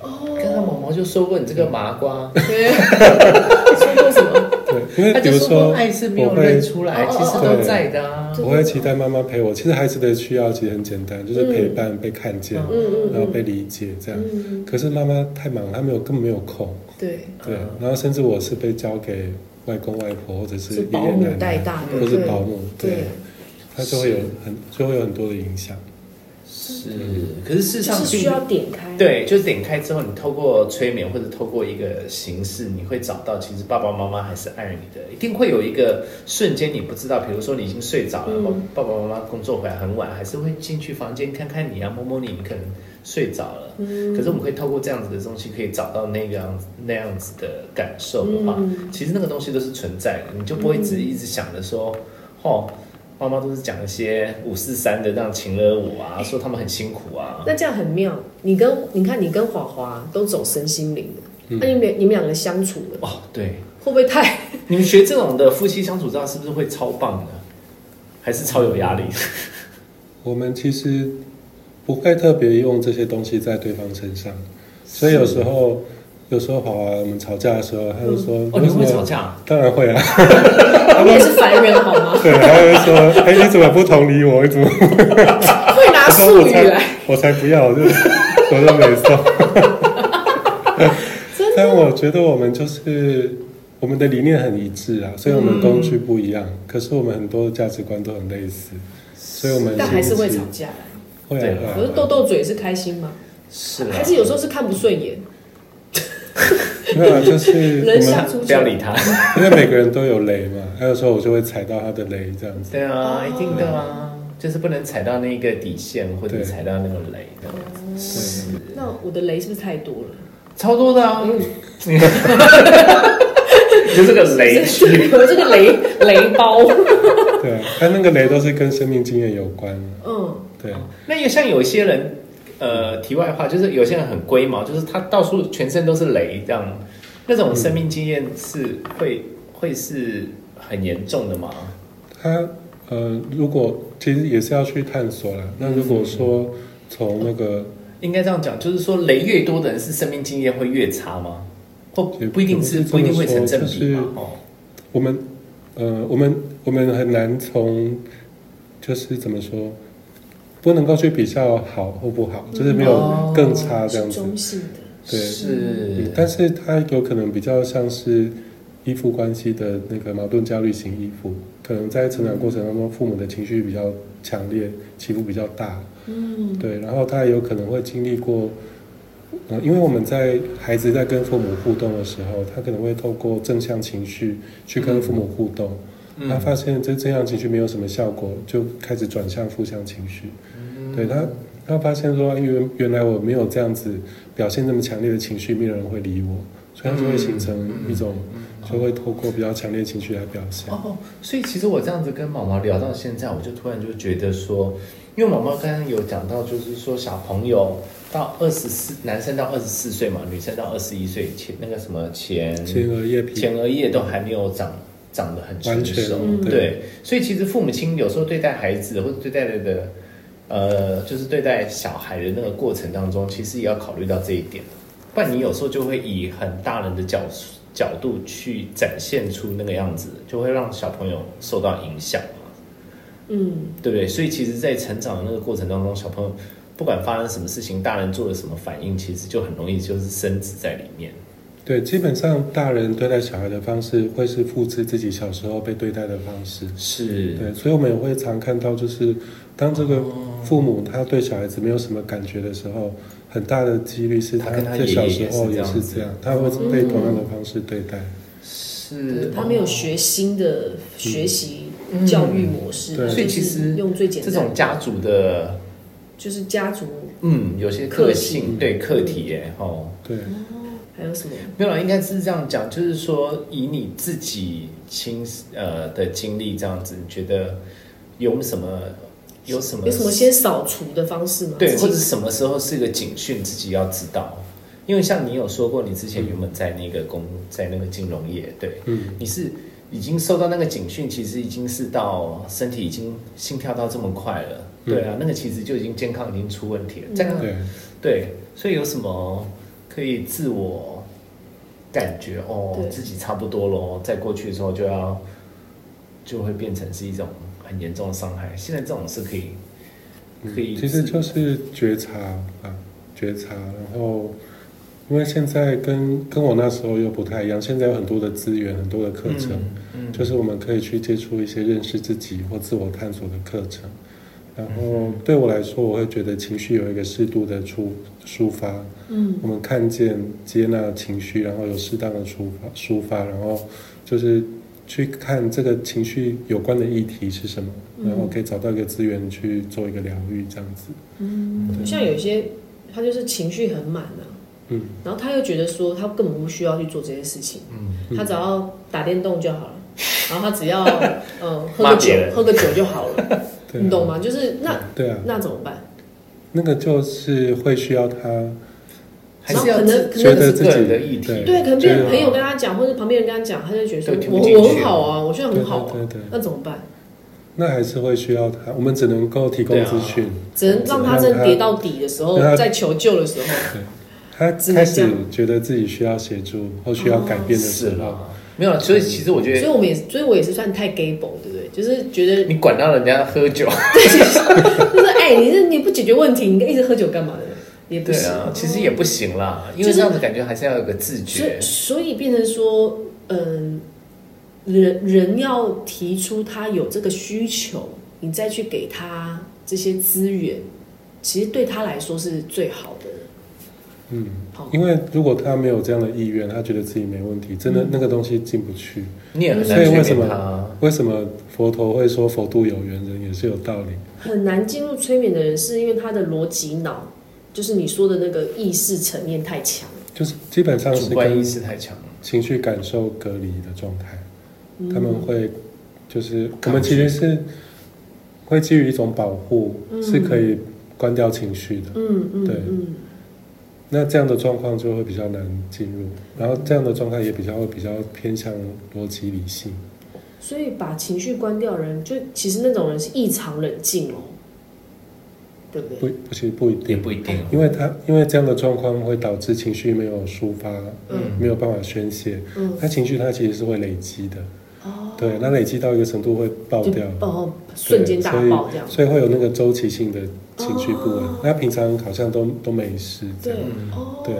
哦，
刚刚毛毛就说过你这个麻 瓜，
对，说过什么？
对，因为
他
比
就
如
说
说
过爱是没
我
有认
会
出来，
哦
其实
哦
哦
都在的啊。
对
我会期待妈妈陪我。其实孩子的需要其实很简单，就是陪伴、被看见，
嗯
嗯嗯
然后被理解这样。
嗯，
可是妈妈太忙，她没有根本没有空。
对，
对
嗯，
然后甚至我是被交给外公外婆或者是
是
爷
保
爷
姆
奶
带
奶，
大的，
或是保姆，
对
对，她就会有很就会有很多的影响。
是，可是事实
对，就
上
是需
并
要
不
点开，，
对，就是点开之后，你透过催眠或者透过一个形式，你会找到其实爸爸妈妈还是爱你的，一定会有一个瞬间你不知道，比如说你已经睡着了，
嗯
爸爸爸妈妈工作回来很晚，还是会进去房间看看你啊，摸摸你，你可能睡着了。
嗯
可是我们可以透过这样子的东西，可以找到那个样子那样子的感受的话，
嗯
其实那个东西都是存在的，你就不会只一直想着
嗯
说，哦，妈妈都是讲一些五四三的，让情了我啊，说他们很辛苦啊，
那这样很妙。你跟你看，你跟华华都走身心灵的，
嗯
那你们你们两个相处了，
哦，对，
会不会太？
你们学这种的夫妻相处之道是不是会超棒的？还是超有压力？
我们其实不会特别用这些东西在对方身上，所以有时候有时候好啊，我们吵架的时候，他就说：“
哦，你
为什
们会
么
吵？”架？
当然会啊，
你也是凡人好 吗？
对，他会说：“ 哎、你怎么不同理我？你怎么
会拿
我说
术
我
语
才
来，
我才不要，我就我就没送。
真
但
的
我觉得我们就是我们的理念很一致啊，虽然我们工具不一样，可是我们很多的价值观都很类似，所以我们
但还是会吵
一起
架。
会
对
啊会啊
可是斗斗嘴是开心吗？
是啊，
还是有时候是看不顺眼，
没有啊，就是
人
我
想
们
出去
不要理他。
因为每个人都有雷嘛，还有时候我就会踩到他的雷这样子。
对啊，
哦
一定的啊，就是不能踩到那个底线，或者踩到那个雷的，是
那我的雷是不是太多了？
超多的啊。 就这个雷区，
有这个雷雷 包，
对啊，但那个雷都是跟生命经验有关的。
嗯，
对啊，
那也像有些人，呃，题外话就是有些人很龟毛，就是他到处全身都是雷这样，那种生命经验是会会是很严重的吗？
他呃，如果其实也是要去探索啦。那如果说从那个
应该这样讲，就是说雷越多的人是生命经验会越差吗？或不一定是
也
不
不是这么说
一定会成正比嘛
就？是
哦，
我们呃，我们我们很难从就是怎么说，不能够去比较好或不好，就是没有
哦
更差这样
嗯是
子。
中性的，
对，
是
嗯，但是它有可能比较像是依附关系的那个矛盾焦虑型依附，可能在成长过程当中，父母的情绪比较强烈，起伏比较大，
嗯，
对，然后他有可能会经历过，呃，因为我们在孩子在跟父母互动的时候，他可能会透过正向情绪去
嗯
跟父母互动，
嗯
他发现这正向情绪没有什么效果，就开始转向负向情绪，
嗯
对他。他发现说，哎原原来我没有这样子表现这么强烈的情绪，没有人会理我，所以他就会形成一种，就会透过比较强烈的情绪来表现。
哦，所以其实我这样子跟毛毛聊到现在，我就突然就觉得说，因为毛毛刚刚有讲到，就是说小朋友到二十四，男生到二十四岁嘛，女生到二十一岁前那个什么前
前额叶皮
前额叶都还没有长长得很成
完
熟，
全
对
对
所以其实父母亲有时候对待孩子或者对待的呃，就是对待小孩的那个过程当中，其实也要考虑到这一点，不然你有时候就会以很大人的角角度去展现出那个样子，就会让小朋友受到影响嘛，
嗯，
对不对？所以其实，在成长的那个过程当中，小朋友不管发生什么事情，大人做了什么反应，其实就很容易就是深植在里面。
对，基本上大人对待小孩的方式会是复制自己小时候被对待的方式。
是，
对，所以我们也会常看到，就是当这个父母他对小孩子没有什么感觉的时候，很大的几率是
他跟他
在小时候
爷爷也
也
是
是
这
这
样
样
子，
他会被同样的方式对待。
是
他没有
哦
学新的学习教育模式，
嗯
他就是
对
所以其实
用最简
这
单
种家族的，
就是家族
嗯，有些个性对课题耶，哦，
对，
还有什么，
没有啦，应该是这样讲，就是说以你自己亲呃的经历这样子，你觉得有什么有什么
有什么先扫除的方式吗？
对，
自己
或者什么时候是一个警讯，自己要知道。因为像你有说过，你之前原本在那个工，在那个金融业，对，
嗯，
你是已经受到那个警讯，其实已经是到身体已经心跳到这么快了，对啊，那个其实就已经健康已经出问题了，在那
对，
对，所以有什么可以自我感觉哦
对，
自己差不多咯，再过去的时候就要就会变成是一种很严重的伤害。现在这种是可以可以
嗯
自，
其实就是觉察啊，觉察，然后。因为现在跟跟我那时候又不太一样，现在有很多的资源，很多的课程，
嗯，
就是我们可以去接触一些认识自己或自我探索的课程。然后对我来说，我会觉得情绪有一个适度的出抒发，
嗯
我们看见、接纳情绪，然后有适当的出发抒发，然后就是去看这个情绪有关的议题是什么，
嗯
然后可以找到一个资源去做一个疗愈，这样子。
嗯，像有些他就是情绪很满啊，
嗯，
然后他又觉得说他根本不需要去做这些事情，
嗯
他只要打电动就好了，然后他只要嗯喝
骂
个酒
别人
喝个酒就好了，
对啊
你懂吗？就是那
对啊，
那怎么办？
那个就是会需要他
还是要
然后可能
自
觉
这
得
个是个
自己
人的议题，
对
对，可能
就
别
是
人朋友跟他讲，或者旁边人跟他讲，他就觉得说
对听不
我
进去
我很好啊，我现在很好啊
对对对对，
那怎么办？
那还是会需要他，我们只能够提供
对啊
资讯。
只能让他真的跌到底的时候
让，他
在求救的时候，
他
只能
开
这
始
样
觉得自己需要协助或需要改变的时
是
哦
候，
啦，没有啦，所以其实我觉
所以
得
我们也，所以我也是算太 gay 宝，对不对？就是觉得
你管到人家喝酒，
就是哎，你这你不解决问题，你一直喝酒干嘛的？也不
对
行。
啊，其实也不行啦，因为这样子感觉还是要有个自
所
觉
以，所以变成说，嗯、人人要提出他有这个需求，你再去给他这些资源，其实对他来说是最好的。
嗯，
好，
因为如果他没有这样的意愿，他觉得自己没问题，真
嗯
的那个东西进不去。
你也很
所以为
难
什
催
么
眠他啊。
为什么佛陀会说佛度有缘人也是有道理？
很难进入催眠的人，是因为他的逻辑脑，就是你说的那个意识层面太强。
就是基本上
主
是
观意
跟
识太强了，
情绪感受隔离的状态，
嗯
他们会就是我
抗拒
们其实是会基于一种保护，
嗯
是可以关掉情绪的。
嗯嗯
对
嗯，
那这样的状况就会比较难进入，然后这样的状态也比较会比较偏向逻辑理性。
所以把情绪关掉的人，就其实那种人是异常冷静哦，对不
不
对？
不是不一
也
定，
不一定哦。
因为他因为这样的状况会导致情绪没有抒发，
嗯
没有办法宣泄。
嗯，
他情绪它其实是会累积的，
哦，
对，那累积到一个程度会爆
就
掉，
哦，瞬间大爆这样。
所以会有那个周期性的情绪不稳
哦。
那平常好像都都没事，这
对
样，
嗯
哦，
对，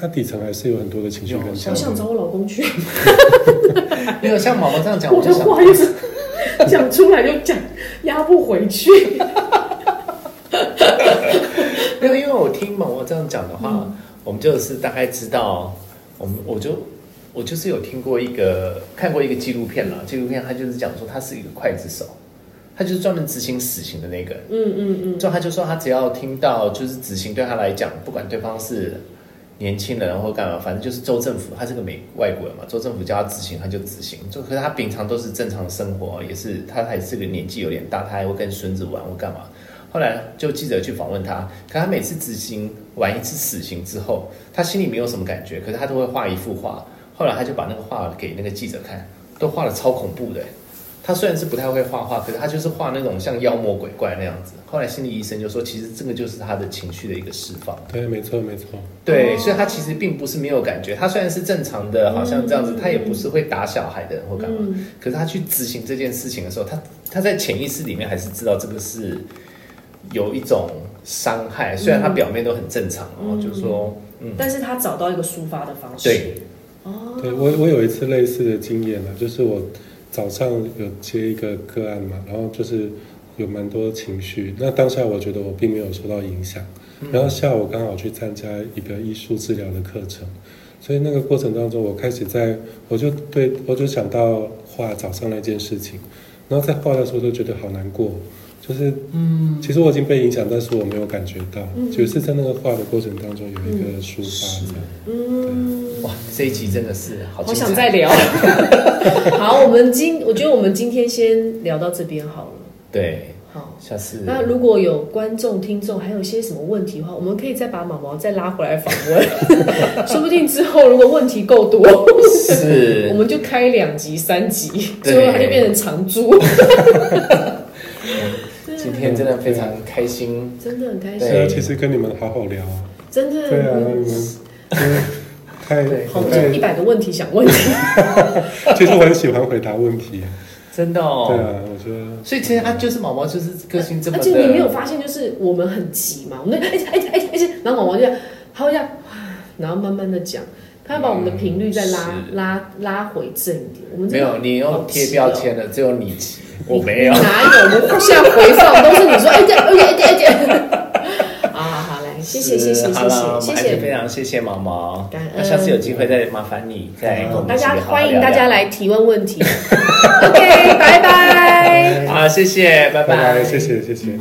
它底层还是有很多的情绪跟
有
我
伤
想
害。
找我老公去，
没有像毛毛这样讲，
我
我就
的
想，
话又是 讲出来就讲，压不回去。
没有，因为我听毛毛这样讲的话，我们就是大概知道，我们我就我就是有听过一个看过一个纪录片啦，纪录片他就是讲说他是一个刽子手，他就是专门执行死刑的那个人。
嗯嗯嗯，
之后他就说，他只要听到就是执行对他来讲，不管对方是年轻人或干嘛，反正就是州政府，他是个美外国人嘛，州政府叫他执行他就执行。就可是他平常都是正常生活，也是他还是个年纪有点大，他还会跟孙子玩或干嘛。后来就记者去访问他，可他每次执行完一次死刑之后，他心里没有什么感觉，可是他都会画一幅画。后来他就把那个画给那个记者看，都画的超恐怖的、他虽然是不太会画画，可是他就是画那种像妖魔鬼怪那样子。后来心理医生就说，其实这个就是他的情绪的一个释放。
对，没错没错，
对，
哦
所以他其实并不是没有感觉。他虽然是正常的，好像这样子，他也不是会打小孩的人或干嘛。
嗯
可是他去执行这件事情的时候，他他在潜意识里面还是知道这个是有一种伤害，虽然他表面都很正常，然后就说，嗯，
但是他找到一个抒发的方式。
对，
哦，
对我我有一次类似的经验啊，就是我早上有接一个个案嘛，然后就是有蛮多情绪，那当下我觉得我并没有受到影响，然后下午刚好去参加一个艺术治疗的课程，所以那个过程当中，我开始在我就对我就想到画早上那件事情，然后在画的时候就觉得好难过，就是嗯，其实我已经被影响，但是我没有感觉到，
嗯
只是在那个画的过程当中有一个抒
是
发这样。
嗯，
哇，这一集真的是好
好
精彩，
想再 聊。好，我们今我觉得我们今天先聊到这边好了。
对，
好，
下次
那如果有观众、听众还有一些什么问题的话，我们可以再把毛毛再拉回来访问， 说不定之后如果问题够多，
是
我们就开两集、三集，
对
最后它就变成常驻，
今天真的非常开心，
真的很开
对
心，
对啊，其实跟你们好好聊啊。
真
对啊，
的。
你们因为太
对
好，我
太
就一，百个问题想问你，
其实我很喜欢回答问题。
真的哦。
对啊，我觉得
所以其实他就是毛毛，就是个性这么
而
的。
且你没有发现，就是我们很急嘛，我们哎哎哎哎，然后毛毛就这样，他会这样，然后慢慢的讲，他要把我们的频率再拉、
嗯是
拉拉回正一点，我们
没
真的
有，你
好
用
急
贴
哦
标签的，只有你急，我没有。
哪有？我们互相回放都是你说，哎对，哎对，哎对，哎对。 啊，好来， 谢谢，谢谢，
是
谢
好了，我
谢，
们
谢
还是
谢。
非常谢谢毛毛
感。
那下次有机会再麻烦你再跟我们
大
一起
家
好好
欢迎
聊
大
聊
家。来提问问题。OK，拜拜。
好，谢谢，拜
拜拜，谢谢谢谢。